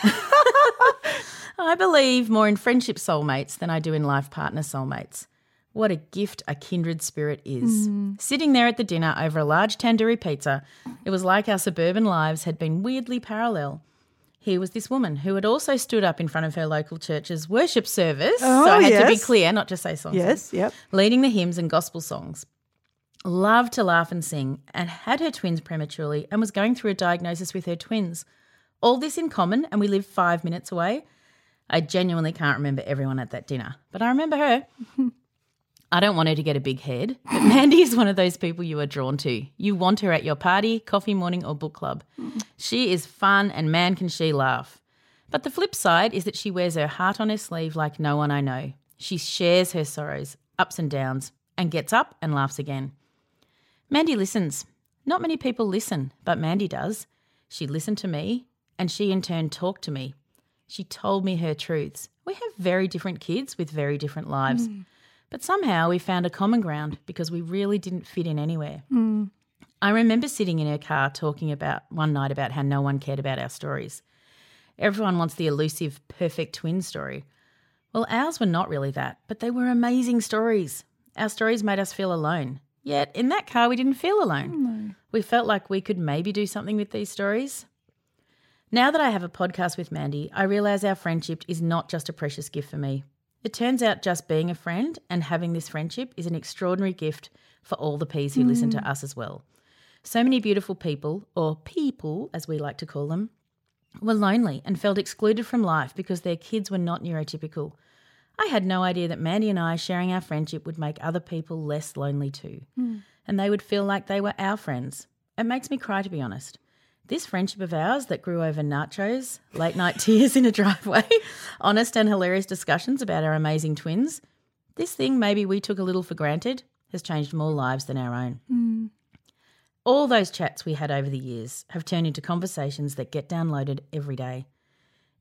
Speaker 4: I believe more in friendship soulmates than I do in life partner soulmates. What a gift a kindred spirit is.
Speaker 3: Mm.
Speaker 4: Sitting there at the dinner over a large tandoori pizza, it was like our suburban lives had been weirdly parallel. Here was this woman who had also stood up in front of her local church's worship service.
Speaker 3: Oh,
Speaker 4: so I had to be
Speaker 3: yes.
Speaker 4: clear, not just say songs.
Speaker 3: Yes, yep.
Speaker 4: Leading the hymns and gospel songs. Loved to laugh and sing, and had her twins prematurely, and was going through a diagnosis with her twins. All this in common, and we live five minutes away. I genuinely can't remember everyone at that dinner, but I remember her. I don't want her to get a big head, but Mandy is one of those people you are drawn to. You want her at your party, coffee morning, or book club. She is fun, and man, can she laugh. But the flip side is that she wears her heart on her sleeve like no one I know. She shares her sorrows, ups and downs, and gets up and laughs again. Mandy listens, Not many people listen, but Mandy does. She listened to me, and she in turn talked to me. She told me her truths. We have very different kids with very different lives, but somehow we found a common ground because we really didn't fit in anywhere. I remember sitting in her car talking about one night about how no one cared about our stories. Everyone wants the elusive perfect twin story. Well, ours were not really that, but they were amazing stories. Our stories made us feel alone. Yet in that car, we didn't feel alone. We felt like we could maybe do something with these stories. Now that I have a podcast with Mandy, I realize our friendship is not just a precious gift for me. It turns out just being a friend and having this friendship is an extraordinary gift for all the peas who listen to us as well. So many beautiful people, or people as we like to call them, were lonely and felt excluded from life because their kids were not neurotypical. I had no idea that Mandy and I sharing our friendship would make other people less lonely too, and they would feel like they were our friends. It makes me cry to be honest. This friendship of ours that grew over nachos, late night tears in a driveway, honest and hilarious discussions about our amazing twins, this thing maybe we took a little for granted has changed more lives than our own. All those chats we had over the years have turned into conversations that get downloaded every day.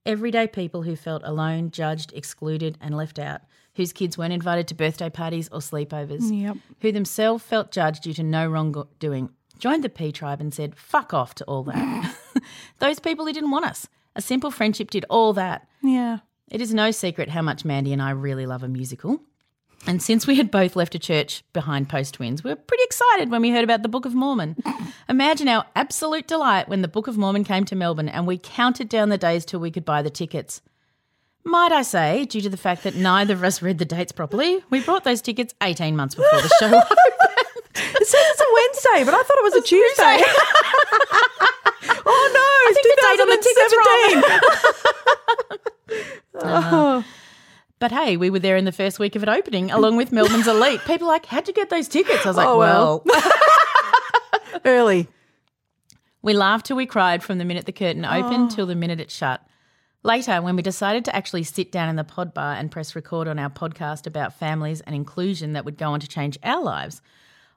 Speaker 4: Everyday people who felt alone, judged, excluded, and left out, whose kids weren't invited to birthday parties or sleepovers,
Speaker 3: Yep.
Speaker 4: who themselves felt judged due to no wrongdoing, joined the P tribe and said, fuck off to all that. those people who didn't want us. A simple friendship did all that.
Speaker 3: Yeah.
Speaker 4: It is no secret how much Mandy and I really love a musical. And since we had both left a church behind post twins, we were pretty excited when we heard about the Book of Mormon. Imagine our absolute delight when the Book of Mormon came to Melbourne and we counted down the days till we could buy the tickets. Might I say, due to the fact that neither of us read the dates properly, we bought those tickets 18 months before the show.
Speaker 3: It says it's a Wednesday, but I thought it was a Tuesday. oh no, it's
Speaker 4: think the date on the ticket's
Speaker 3: 2017. Oh,
Speaker 4: Uh-huh. But hey, we were there in the first week of it opening, along with Melbourne's Elite. People are like, how'd you get those tickets? I was like,
Speaker 3: Oh, well.
Speaker 4: well.
Speaker 3: Early.
Speaker 4: We laughed till we cried from the minute the curtain
Speaker 3: Oh.
Speaker 4: opened till the minute it shut. Later, when we decided to actually sit down in the pod bar and press record on our podcast about families and inclusion that would go on to change our lives,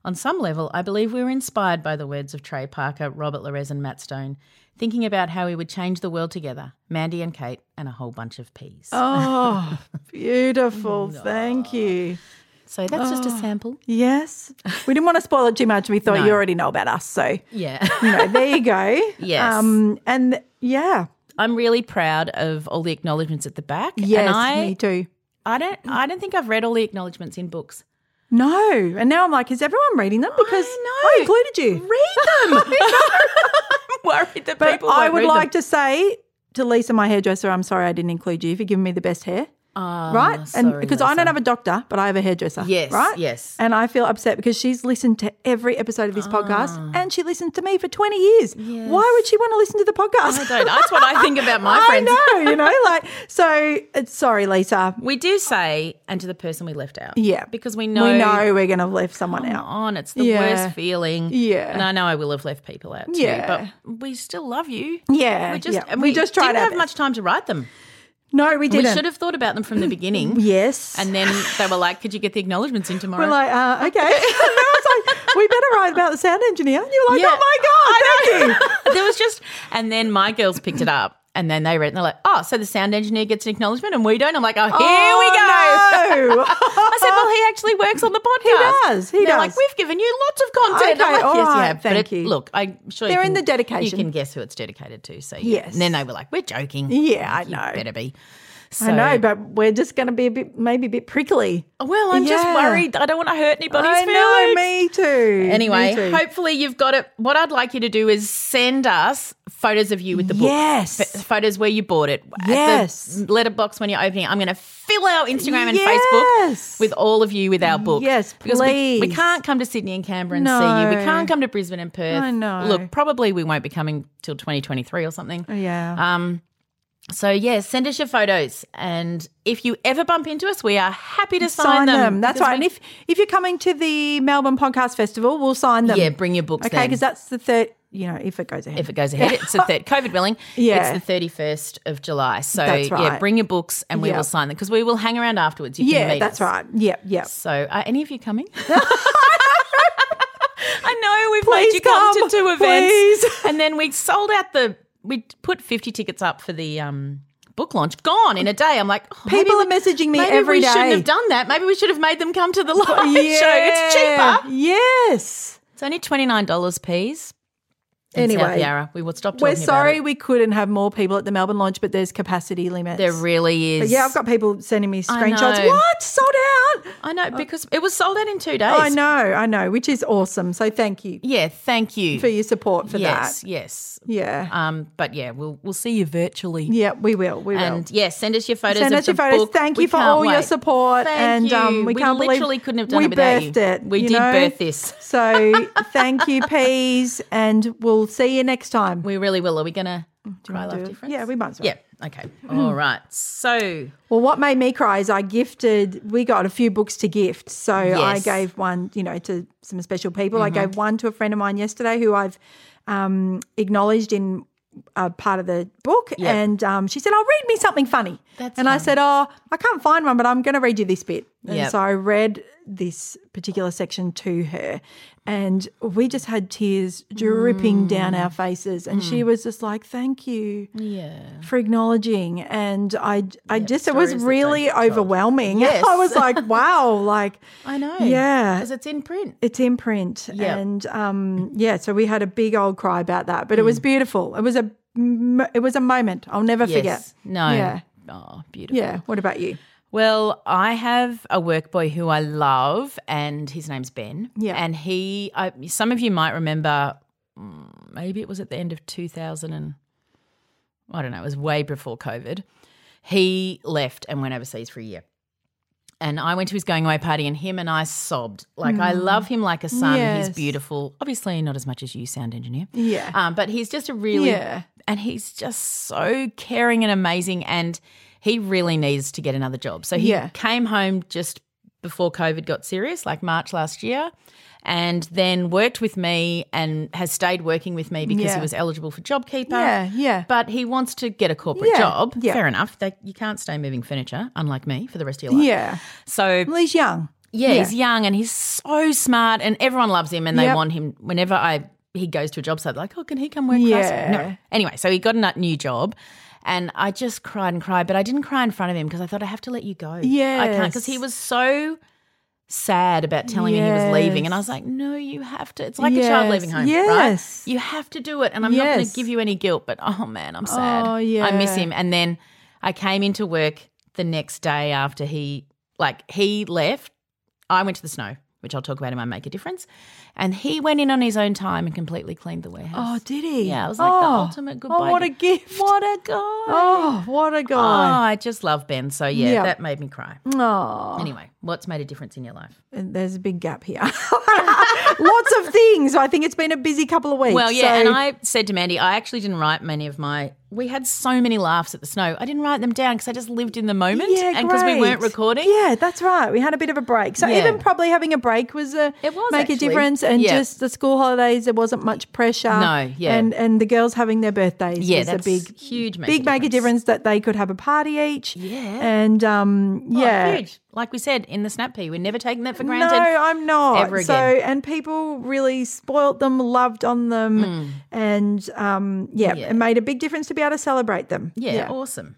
Speaker 4: on some level, I believe we were inspired by the words of Trey Parker, Robert Larez, and Matt Stone, thinking about how we would change the world together, Mandy and Kate, and a whole bunch of peas.
Speaker 3: Oh, beautiful. Thank you.
Speaker 4: so that's just a
Speaker 3: Oh.
Speaker 4: sample.
Speaker 3: Yes. We didn't want to spoil it too much. We thought
Speaker 4: No.
Speaker 3: you already know about us. So,
Speaker 4: Yeah.
Speaker 3: you know, there you go.
Speaker 4: Yes.
Speaker 3: Um, and th- yeah.
Speaker 4: I'm really proud of all the acknowledgements at the back.
Speaker 3: Yes.
Speaker 4: And I,
Speaker 3: me too.
Speaker 4: I don't I don't think I've read all the acknowledgements in books.
Speaker 3: No. And now I'm like, is everyone reading them? Because I,
Speaker 4: know.
Speaker 3: included you.
Speaker 4: read them. I'm worried that
Speaker 3: But
Speaker 4: people.
Speaker 3: I would like to say to Lisa, my hairdresser, I'm sorry I didn't include you for giving me the best hair. right? and because I don't have a doctor, but I have a hairdresser.
Speaker 4: Ah, Yes,
Speaker 3: Right?
Speaker 4: yes.
Speaker 3: And I feel upset because she's listened to every episode of this
Speaker 4: Ah.
Speaker 3: podcast and she listened to me for 20 years. Why would she want to listen to the podcast?
Speaker 4: I don't. That's what I think about my
Speaker 3: I
Speaker 4: friends.
Speaker 3: know, you know, like, so it's sorry, Lisa.
Speaker 4: We do say, and to the person we left out.
Speaker 3: Yeah.
Speaker 4: because we know.
Speaker 3: we know we're going to leave someone out.
Speaker 4: On it's the
Speaker 3: Yeah.
Speaker 4: worst feeling.
Speaker 3: Yeah.
Speaker 4: and I know I will have left people out too.
Speaker 3: Yeah.
Speaker 4: but we still love you.
Speaker 3: Yeah.
Speaker 4: we just
Speaker 3: yeah.
Speaker 4: and we,
Speaker 3: just tried
Speaker 4: didn't
Speaker 3: our
Speaker 4: have
Speaker 3: best.
Speaker 4: much time to write them.
Speaker 3: No, we
Speaker 4: We
Speaker 3: didn't.
Speaker 4: should have thought about them from the beginning.
Speaker 3: Yes.
Speaker 4: and then they were like, "Could you get the acknowledgements in tomorrow?"
Speaker 3: we're like, uh, okay. and I was like, we better write about the sound engineer. And you were like,
Speaker 4: Yeah.
Speaker 3: oh my God, thank you.
Speaker 4: there was just, and then my girls picked it up. And then they read, and they're like, "Oh, so the sound engineer gets an acknowledgement, and we don't." I'm like, "Oh, here we go."
Speaker 3: go.
Speaker 4: I said, "Well, he actually works on the podcast.
Speaker 3: does, he
Speaker 4: And they're
Speaker 3: does.
Speaker 4: Like, we've given you lots of content.
Speaker 3: Okay,
Speaker 4: I'm like,
Speaker 3: all
Speaker 4: yes,
Speaker 3: right,
Speaker 4: you have. But
Speaker 3: thank
Speaker 4: it-
Speaker 3: you.
Speaker 4: Look, I I'm sure you
Speaker 3: They're in
Speaker 4: can-
Speaker 3: the dedication.
Speaker 4: You can guess who it's dedicated to. So yeah.
Speaker 3: Yes.
Speaker 4: And then they were like, "We're joking.
Speaker 3: Yeah, I
Speaker 4: You
Speaker 3: know.
Speaker 4: Better be." So,
Speaker 3: I know, but we're just going to be a bit, maybe a bit prickly.
Speaker 4: well, I'm just
Speaker 3: Yeah.
Speaker 4: worried. I don't want to hurt anybody's
Speaker 3: I
Speaker 4: feelings.
Speaker 3: know, me too.
Speaker 4: Anyway,
Speaker 3: Me too.
Speaker 4: hopefully you've got it. What I'd like you to do is send us photos of you with the book.
Speaker 3: Yes.
Speaker 4: F- photos where you bought it. At the
Speaker 3: Yes.
Speaker 4: letterbox when you're opening. it. I'm going to fill our Instagram and
Speaker 3: Yes.
Speaker 4: Facebook with all of you with our book.
Speaker 3: Yes,
Speaker 4: because we, we
Speaker 3: please.
Speaker 4: can't come to Sydney and Canberra and see you.
Speaker 3: No.
Speaker 4: We can't come to Brisbane and Perth.
Speaker 3: I know.
Speaker 4: Look, probably we won't be coming till 2023 or something.
Speaker 3: Oh, yeah.
Speaker 4: Um. So yeah, send us your photos, and if you ever bump into us, we are happy to
Speaker 3: sign
Speaker 4: sign,
Speaker 3: them. That's
Speaker 4: because
Speaker 3: right. And
Speaker 4: we-
Speaker 3: if if you're coming to the Melbourne Podcast Festival, we'll sign them.
Speaker 4: yeah, bring your books.
Speaker 3: okay,
Speaker 4: then.
Speaker 3: because that's the third. You know, if it goes ahead.
Speaker 4: if it goes ahead. It's the third COVID willing.
Speaker 3: Yeah.
Speaker 4: It's the 31st of July. So
Speaker 3: That's
Speaker 4: yeah,
Speaker 3: right.
Speaker 4: bring your books and we
Speaker 3: Yeah.
Speaker 4: will sign them because we will hang around afterwards. You can
Speaker 3: yeah,
Speaker 4: meet
Speaker 3: that's
Speaker 4: us.
Speaker 3: right. Yep, yep.
Speaker 4: So are any of you coming? I know we've made you come, to two events.
Speaker 3: please.
Speaker 4: And then we sold out the we put 50 tickets up for the um book launch. Gone in a day. I'm like, oh,
Speaker 3: People
Speaker 4: maybe
Speaker 3: are messaging me
Speaker 4: maybe
Speaker 3: every
Speaker 4: we
Speaker 3: day.
Speaker 4: shouldn't have done that. Maybe we should have made them come to the live show. It's
Speaker 3: Yeah.
Speaker 4: cheaper.
Speaker 3: Yes.
Speaker 4: It's only $29 piece.
Speaker 3: Anyway,
Speaker 4: South Yarra. we will stop talking
Speaker 3: We're
Speaker 4: about
Speaker 3: sorry
Speaker 4: it.
Speaker 3: we couldn't have more people at the Melbourne launch, but there's capacity limits.
Speaker 4: There really is.
Speaker 3: But yeah, I've got people sending me
Speaker 4: I
Speaker 3: screenshots.
Speaker 4: know.
Speaker 3: What? Sold out?
Speaker 4: I know because it was sold out in 2 days.
Speaker 3: Uh, I know, I know, which is awesome. So thank you
Speaker 4: Yeah, thank you.
Speaker 3: for your support for
Speaker 4: yes,
Speaker 3: that.
Speaker 4: yes.
Speaker 3: Yeah.
Speaker 4: Um but yeah, we'll we'll see you virtually.
Speaker 3: yeah, we will. We will.
Speaker 4: And yes, send us your photos.
Speaker 3: Send
Speaker 4: of
Speaker 3: us your
Speaker 4: the
Speaker 3: photos.
Speaker 4: book.
Speaker 3: Thank
Speaker 4: We
Speaker 3: you for
Speaker 4: can't
Speaker 3: all your
Speaker 4: wait.
Speaker 3: support.
Speaker 4: Thank
Speaker 3: and um,
Speaker 4: you.
Speaker 3: we,
Speaker 4: We
Speaker 3: can't believe
Speaker 4: literally couldn't have done
Speaker 3: we
Speaker 4: it without you.
Speaker 3: birthed it.
Speaker 4: We
Speaker 3: you
Speaker 4: did
Speaker 3: know?
Speaker 4: birth this.
Speaker 3: So thank you, peas, and we'll see you next time.
Speaker 4: We really will. Are we gonna cry
Speaker 3: Oh, Do
Speaker 4: life
Speaker 3: it.
Speaker 4: difference?
Speaker 3: Yeah, we might as well.
Speaker 4: Yeah. Okay. All right. So
Speaker 3: Well, what made me cry is I gifted, we got a few books to gift. So I
Speaker 4: Yes. Mm-hmm.
Speaker 3: gave one, you know, to some special people. I gave one to a friend of mine yesterday who I've um, acknowledged in a part of the book.
Speaker 4: Yep.
Speaker 3: And um, she said, Oh, read me something funny.
Speaker 4: That's
Speaker 3: and I said, Oh, I can't find one, but I'm going to read you this bit. And
Speaker 4: Yep.
Speaker 3: so I read this particular section to her. And we just had tears dripping down
Speaker 4: Mm.
Speaker 3: our faces. And she was just like, Thank you
Speaker 4: yeah.
Speaker 3: for acknowledging and i i just it was
Speaker 4: stories that don't
Speaker 3: really
Speaker 4: get told.
Speaker 3: overwhelming
Speaker 4: Yes.
Speaker 3: i was like wow like
Speaker 4: I know.
Speaker 3: Yeah.
Speaker 4: Because it's in print.
Speaker 3: it's in print
Speaker 4: Yeah.
Speaker 3: and um yeah so we had a big old cry about that but it was beautiful it was a m- it was a moment i'll never forget
Speaker 4: Mm. Yes. No.
Speaker 3: Yeah.
Speaker 4: Oh, beautiful.
Speaker 3: yeah what about you
Speaker 4: Well, I have a work boy who I love, and his name's Ben.
Speaker 3: Yeah.
Speaker 4: And he, I, some of you might remember, mm, maybe it was at the end of 2000 and I don't know, it was way before COVID. He left and went overseas for a year. And I went to his going away party, and him and I sobbed. Like, I love him like a son.
Speaker 3: Mm. Yes.
Speaker 4: He's beautiful. Obviously, not as much as you, sound engineer.
Speaker 3: Yeah.
Speaker 4: Um, but he's just a really,
Speaker 3: Yeah.
Speaker 4: and he's just so caring and amazing. And he really needs to get another job. So he
Speaker 3: Yeah.
Speaker 4: came home just before COVID got serious, like March last year, and then worked with me and has stayed working with me because
Speaker 3: Yeah.
Speaker 4: he was eligible for JobKeeper.
Speaker 3: Yeah, yeah.
Speaker 4: But he wants to get a corporate
Speaker 3: Yeah,
Speaker 4: job.
Speaker 3: yeah.
Speaker 4: Fair enough. They, you can't stay moving furniture, unlike me, for the rest of your life.
Speaker 3: yeah
Speaker 4: So
Speaker 3: well he's young
Speaker 4: yeah,
Speaker 3: Yeah.
Speaker 4: he's young and he's so smart, and everyone loves him, and they
Speaker 3: Yep.
Speaker 4: want him. Whenever I he goes to a job site, they're like, oh, can he come work for
Speaker 3: Yeah.
Speaker 4: us? No. Anyway, so he got a new job, and I just cried and cried, but I didn't cry in front of him because I thought I have to let you go. I can't because he
Speaker 3: Yes.
Speaker 4: was so sad about telling me he was leaving, and I was
Speaker 3: Yes.
Speaker 4: like, no, you have to. It's like a child
Speaker 3: Yes.
Speaker 4: leaving home,
Speaker 3: Yes.
Speaker 4: right? You have to do it, and I'm not going
Speaker 3: Yes.
Speaker 4: to give you any guilt. But oh man, I'm sad.
Speaker 3: Oh,
Speaker 4: I
Speaker 3: yeah.
Speaker 4: miss him. And then I came into work the next day after he like he left I went to the snow, which I'll talk about in my Make a Difference. And he went in on his own time and completely cleaned the
Speaker 3: oh
Speaker 4: warehouse.
Speaker 3: did he
Speaker 4: Yeah, it was like the ultimate goodbye
Speaker 3: oh what a
Speaker 4: gift.
Speaker 3: gift
Speaker 4: What a guy.
Speaker 3: oh what a
Speaker 4: Oh,
Speaker 3: guy
Speaker 4: I just love Ben. So, yeah,
Speaker 3: Yeah.
Speaker 4: that made me cry.
Speaker 3: oh.
Speaker 4: Anyway, what's made a difference in your life?
Speaker 3: And there's a big gap here. Lots of things. I think it's been a busy couple of weeks.
Speaker 4: Well, yeah,
Speaker 3: so-
Speaker 4: and I said to Mandy, I actually didn't write many of my. We had so many laughs at the snow. I didn't write them down because I just lived in the moment
Speaker 3: Yeah,
Speaker 4: and because we weren't
Speaker 3: great.
Speaker 4: recording.
Speaker 3: Yeah, that's right. We had a bit of a break. So
Speaker 4: Yeah.
Speaker 3: even probably having a break was a
Speaker 4: It was,
Speaker 3: make a
Speaker 4: actually.
Speaker 3: difference. And
Speaker 4: Yeah.
Speaker 3: just the school holidays, there wasn't much pressure.
Speaker 4: No, yeah.
Speaker 3: And and the girls having their birthdays
Speaker 4: Yeah,
Speaker 3: was
Speaker 4: that's
Speaker 3: a big
Speaker 4: huge make a
Speaker 3: big make a
Speaker 4: difference.
Speaker 3: difference that they could have a party each.
Speaker 4: Yeah.
Speaker 3: And um
Speaker 4: Oh,
Speaker 3: yeah.
Speaker 4: huge. Like we said in the snap pea, we're never taking that for
Speaker 3: No,
Speaker 4: granted.
Speaker 3: I'm not.
Speaker 4: ever
Speaker 3: So,
Speaker 4: again.
Speaker 3: and people really spoilt them, loved on them, and um, yeah,
Speaker 4: Hmm. Yeah.
Speaker 3: it made a big difference to be able to celebrate them.
Speaker 4: Yeah, Oh, awesome.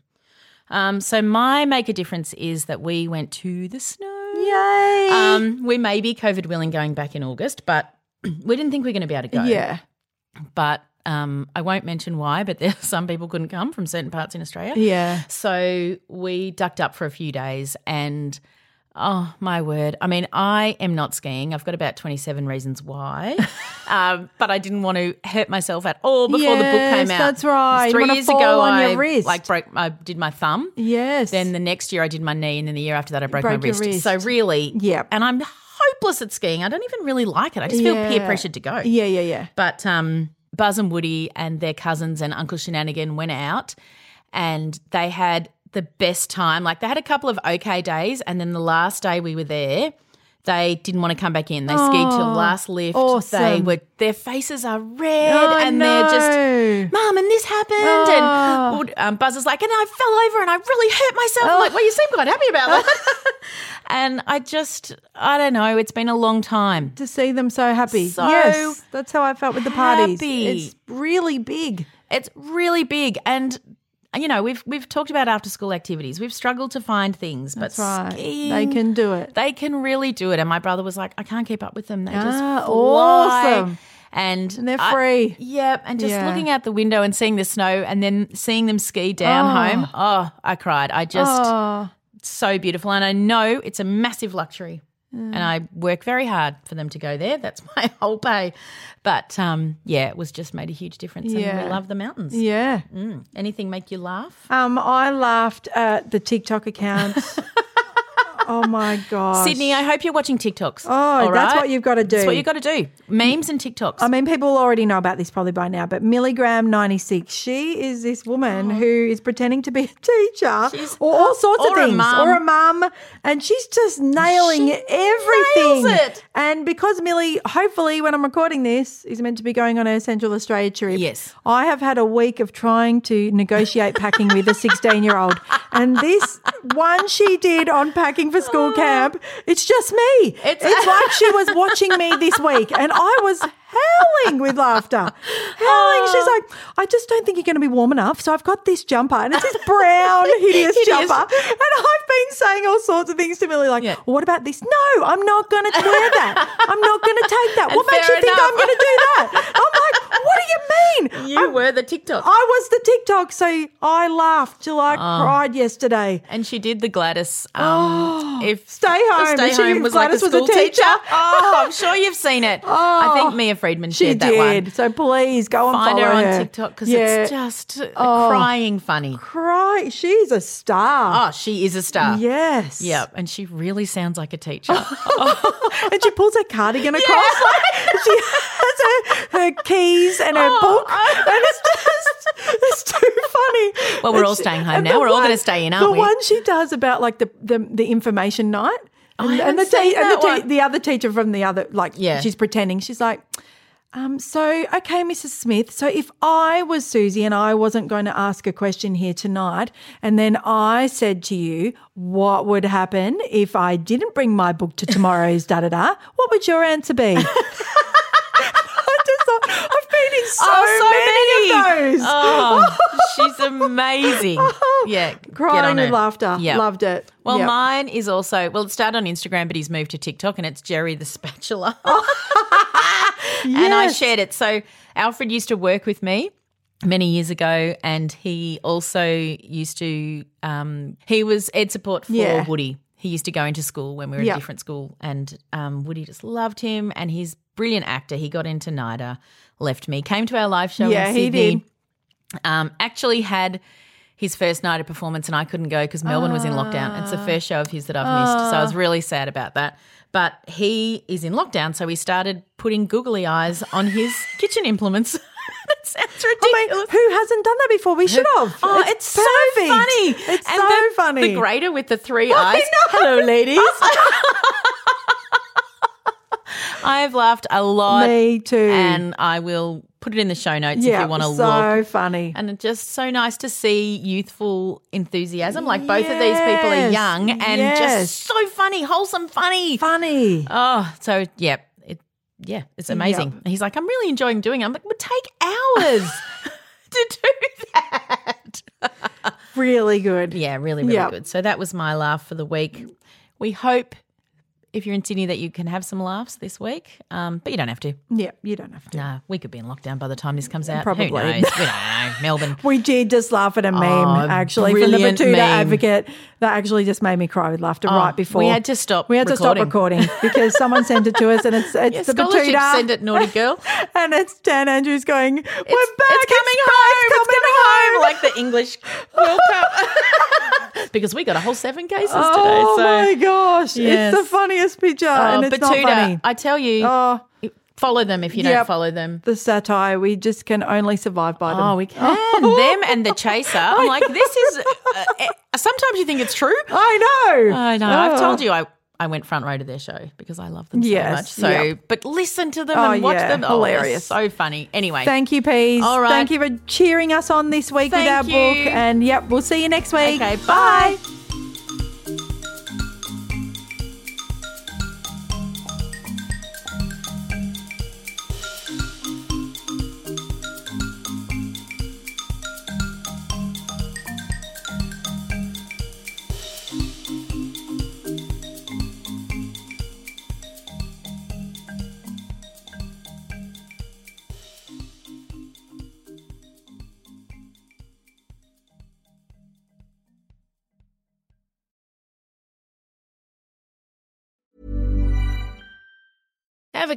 Speaker 4: Um, so my make a difference is that we went to the snow.
Speaker 3: Yay!
Speaker 4: Um, we may be COVID willing going back in August, but we didn't think we were going to be able to go.
Speaker 3: yeah,
Speaker 4: But um, I won't mention why, but there some people couldn't come from certain parts in Australia.
Speaker 3: yeah.
Speaker 4: So we ducked up for a few days and oh my word. I mean, I am not skiing. I've got about 27 reasons why. um, but I didn't want to hurt myself at all before the book
Speaker 3: Yes,
Speaker 4: came out.
Speaker 3: that's right. You
Speaker 4: Three
Speaker 3: wanna
Speaker 4: years
Speaker 3: fall
Speaker 4: ago
Speaker 3: on your
Speaker 4: I
Speaker 3: wrist.
Speaker 4: like broke I did my thumb.
Speaker 3: Yes.
Speaker 4: Then the next year I did my knee and then the year after that I broke,
Speaker 3: broke
Speaker 4: my
Speaker 3: your
Speaker 4: wrist.
Speaker 3: wrist.
Speaker 4: So really
Speaker 3: Yep.
Speaker 4: and I'm hopeless at skiing. I don't even really like it. I just feel peer
Speaker 3: Yeah.
Speaker 4: pressured to go.
Speaker 3: yeah, yeah, yeah.
Speaker 4: But um, Buzz and Woody and their cousins and Uncle Shenanigan went out and they had the best time. Like they had a couple of okay days. And then the last day we were there, They didn't want to come back in. They skied till
Speaker 3: Oh,
Speaker 4: last lift. They
Speaker 3: awesome.
Speaker 4: were their faces are red
Speaker 3: Oh,
Speaker 4: and they're just
Speaker 3: no.
Speaker 4: Mum, and this happened,
Speaker 3: Oh.
Speaker 4: and well, um, Buzz is like, and I fell over and I really hurt myself. I'm like, well, you seem quite happy about that. and I just, I don't know, it's been a long time.
Speaker 3: to see them so happy.
Speaker 4: So
Speaker 3: yes, that's how I felt with the parties.
Speaker 4: happy.
Speaker 3: It's really big.
Speaker 4: It's really big, and you know, we've we've talked about after school activities. We've struggled to find things, but
Speaker 3: That's right.
Speaker 4: skiing,
Speaker 3: They can do it.
Speaker 4: they can really do it. And my brother was like, I can't keep up with them. They just
Speaker 3: Ah,
Speaker 4: fly.
Speaker 3: awesome.
Speaker 4: And,
Speaker 3: And they're
Speaker 4: I-
Speaker 3: free.
Speaker 4: yep. And just
Speaker 3: Yeah.
Speaker 4: looking out the window and seeing the snow and then seeing them ski down
Speaker 3: Oh.
Speaker 4: home. Oh, I cried. I just,
Speaker 3: Oh,
Speaker 4: so beautiful. And I know it's a massive luxury. And I work very hard for them to go there. That's my whole pay. But um, yeah, it was just made a huge difference. And
Speaker 3: Yeah.
Speaker 4: we love the mountains.
Speaker 3: yeah.
Speaker 4: Mm. Anything make you laugh?
Speaker 3: Um, I laughed at the TikTok account. oh my god,
Speaker 4: Sydney, I hope you're watching TikToks.
Speaker 3: Oh, that's what you've gotta
Speaker 4: That's
Speaker 3: do.
Speaker 4: what you've got to do. Memes and TikToks.
Speaker 3: I mean, people already know about this probably by now, but Milligram 96, she is this woman
Speaker 4: Oh.
Speaker 3: who is pretending to be a teacher or all sorts of
Speaker 4: or a
Speaker 3: things,
Speaker 4: mum.
Speaker 3: or a mum, and she's just nailing everything.
Speaker 4: nails it.
Speaker 3: And because Millie, hopefully, when I'm recording this, is meant to be going on her Central Australia trip,
Speaker 4: Yes.
Speaker 3: I have had a week of trying to negotiate packing with a 16 year old. And this one she did on packing for school camp, it's just me. It's, like she was watching me this week and I was howling with laughter. Howling. She's like, I just don't think you're going to be warm enough. So I've got this jumper and it's this brown, hideous, jumper. And I've been saying all sorts of things to Millie, like,
Speaker 4: Yeah.
Speaker 3: what about this? No, I'm not going to wear that. I'm not going to take that.
Speaker 4: And
Speaker 3: what makes you
Speaker 4: fair
Speaker 3: think
Speaker 4: enough.
Speaker 3: I'm going to do that? I'm like, what do you mean?
Speaker 4: you were the Oh. TikTok.
Speaker 3: I was the TikTok, so I laughed till I cried yesterday.
Speaker 4: and she did the Gladys. Um, if
Speaker 3: Oh. Stay home.
Speaker 4: Stay
Speaker 3: She-
Speaker 4: home was
Speaker 3: Gladys was
Speaker 4: like the
Speaker 3: a
Speaker 4: school teacher.
Speaker 3: teacher. Oh.
Speaker 4: Oh, I'm sure you've seen it. I think Mia Friedman
Speaker 3: She
Speaker 4: shared that one.
Speaker 3: did. So please go and
Speaker 4: Find her
Speaker 3: follow
Speaker 4: on TikTok because
Speaker 3: Yeah.
Speaker 4: it's just
Speaker 3: Oh.
Speaker 4: crying funny.
Speaker 3: Cry. She's a star.
Speaker 4: Oh, she is a star.
Speaker 3: Yes. Oh,
Speaker 4: Yep, and she really sounds like a teacher.
Speaker 3: and she pulls her cardigan across. Like, she has her, her keys and
Speaker 4: Oh.
Speaker 3: her book. And it's just, it's too funny.
Speaker 4: Well, we're
Speaker 3: And
Speaker 4: all
Speaker 3: she-
Speaker 4: staying home
Speaker 3: and
Speaker 4: now.
Speaker 3: the
Speaker 4: We're all gonna
Speaker 3: one-
Speaker 4: stay in,
Speaker 3: the
Speaker 4: aren't we?
Speaker 3: one she does about like the, the, the information night. And,
Speaker 4: Oh, haven't
Speaker 3: and the
Speaker 4: seen
Speaker 3: and the,
Speaker 4: that one.
Speaker 3: the other teacher from the other, like,
Speaker 4: Yeah.
Speaker 3: she's pretending. She's like, um, so, okay, Mrs. Smith. So, if I was Susie and I wasn't going to ask a question here tonight, and then I said to you, what would happen if I didn't bring my book to tomorrow's da da da? What would your answer be? I just thought, I've been in so, many. of those.
Speaker 4: Oh, she's amazing. Yeah, get
Speaker 3: Crying
Speaker 4: on
Speaker 3: with
Speaker 4: her.
Speaker 3: laughter.
Speaker 4: Yep.
Speaker 3: Loved it.
Speaker 4: Well,
Speaker 3: Yep.
Speaker 4: mine is also well. It started on Instagram, but he's moved to TikTok, and it's Jerry the Spatula. And
Speaker 3: Oh.
Speaker 4: I
Speaker 3: Yes.
Speaker 4: shared it. So Alfred used to work with me many years ago, and he also used to um, he was ed support for
Speaker 3: Yeah.
Speaker 4: Woody. He used to go into school when we were in
Speaker 3: Yeah.
Speaker 4: a different school, and um, Woody just loved him. And he's a brilliant actor. He got into NIDA, left me, came to our live show
Speaker 3: Yeah,
Speaker 4: in
Speaker 3: he
Speaker 4: Sydney.
Speaker 3: did.
Speaker 4: Um, actually had his first night of performance and I couldn't go because Melbourne was in lockdown. It's the
Speaker 3: Ah.
Speaker 4: first show of his that I've missed. So I was really sad about that. But he is in lockdown, so he started putting googly eyes on his kitchen implements. that sounds ridiculous.
Speaker 3: I mean, Oh, who hasn't done that before? We should have.
Speaker 4: Oh, it's, so funny.
Speaker 3: It's
Speaker 4: And
Speaker 3: so
Speaker 4: the-
Speaker 3: funny.
Speaker 4: The grater with the three eyes. Hello, ladies. I've laughed a lot.
Speaker 3: Me too.
Speaker 4: And I will put it in the show notes if you want to
Speaker 3: so
Speaker 4: look.
Speaker 3: funny.
Speaker 4: And it's just so nice to see youthful enthusiasm. Like both of these people are
Speaker 3: Yes,
Speaker 4: young and
Speaker 3: yes.
Speaker 4: just so funny, wholesome, funny.
Speaker 3: funny.
Speaker 4: Oh, so yeah, it, yeah, it's amazing. And He's like, I'm really enjoying doing it. I'm like, it would take hours to do that.
Speaker 3: Really good.
Speaker 4: Yeah, really, really
Speaker 3: Yeah.
Speaker 4: good. So that was my laugh for the week. We hope if you're in Sydney that you can have some laughs this week, um, but you don't have to.
Speaker 3: Yeah, you don't have to.
Speaker 4: No, we could be in lockdown by the time this comes out.
Speaker 3: Probably.
Speaker 4: Who knows? we don't know. Melbourne.
Speaker 3: We did just laugh at a meme,
Speaker 4: Oh,
Speaker 3: actually, from the
Speaker 4: brilliant
Speaker 3: Batuta
Speaker 4: meme. Oh,
Speaker 3: advocate that actually just made me cry with laughter right before.
Speaker 4: we had to stop
Speaker 3: We had to stop recording because someone sent it to us and it's, it's
Speaker 4: Yeah,
Speaker 3: the
Speaker 4: scholarship
Speaker 3: Batuta.
Speaker 4: send it, naughty girl.
Speaker 3: and it's Dan Andrews going, We're back. It's coming
Speaker 4: home.
Speaker 3: It's coming home.
Speaker 4: like the English World Cup. because we got a whole seven cases
Speaker 3: oh my
Speaker 4: today. So
Speaker 3: gosh.
Speaker 4: Yes. Oh,
Speaker 3: It's the funniest picture. and it's
Speaker 4: Batuta,
Speaker 3: not funny.
Speaker 4: I tell you,
Speaker 3: oh,
Speaker 4: follow them if you don't
Speaker 3: Yep.
Speaker 4: follow them.
Speaker 3: the satire. We just can only survive by them.
Speaker 4: Oh, we can. them and the chaser. I'm like, this is. Uh, uh, sometimes eh, you think it's true.
Speaker 3: I know.
Speaker 4: I know. I've
Speaker 3: Oh.
Speaker 4: told you I I went front row to their show because I love them
Speaker 3: Yes,
Speaker 4: so much. So,
Speaker 3: yeah.
Speaker 4: but listen to them
Speaker 3: Oh,
Speaker 4: and watch
Speaker 3: yeah,
Speaker 4: them. Oh, they're
Speaker 3: hilarious.
Speaker 4: so funny. Anyway,
Speaker 3: Thank you, Peas.
Speaker 4: All right.
Speaker 3: Thank you for cheering us on this week
Speaker 4: Thank
Speaker 3: with our
Speaker 4: you.
Speaker 3: book. And yep, we'll see you next week.
Speaker 4: Okay, bye.
Speaker 6: Ever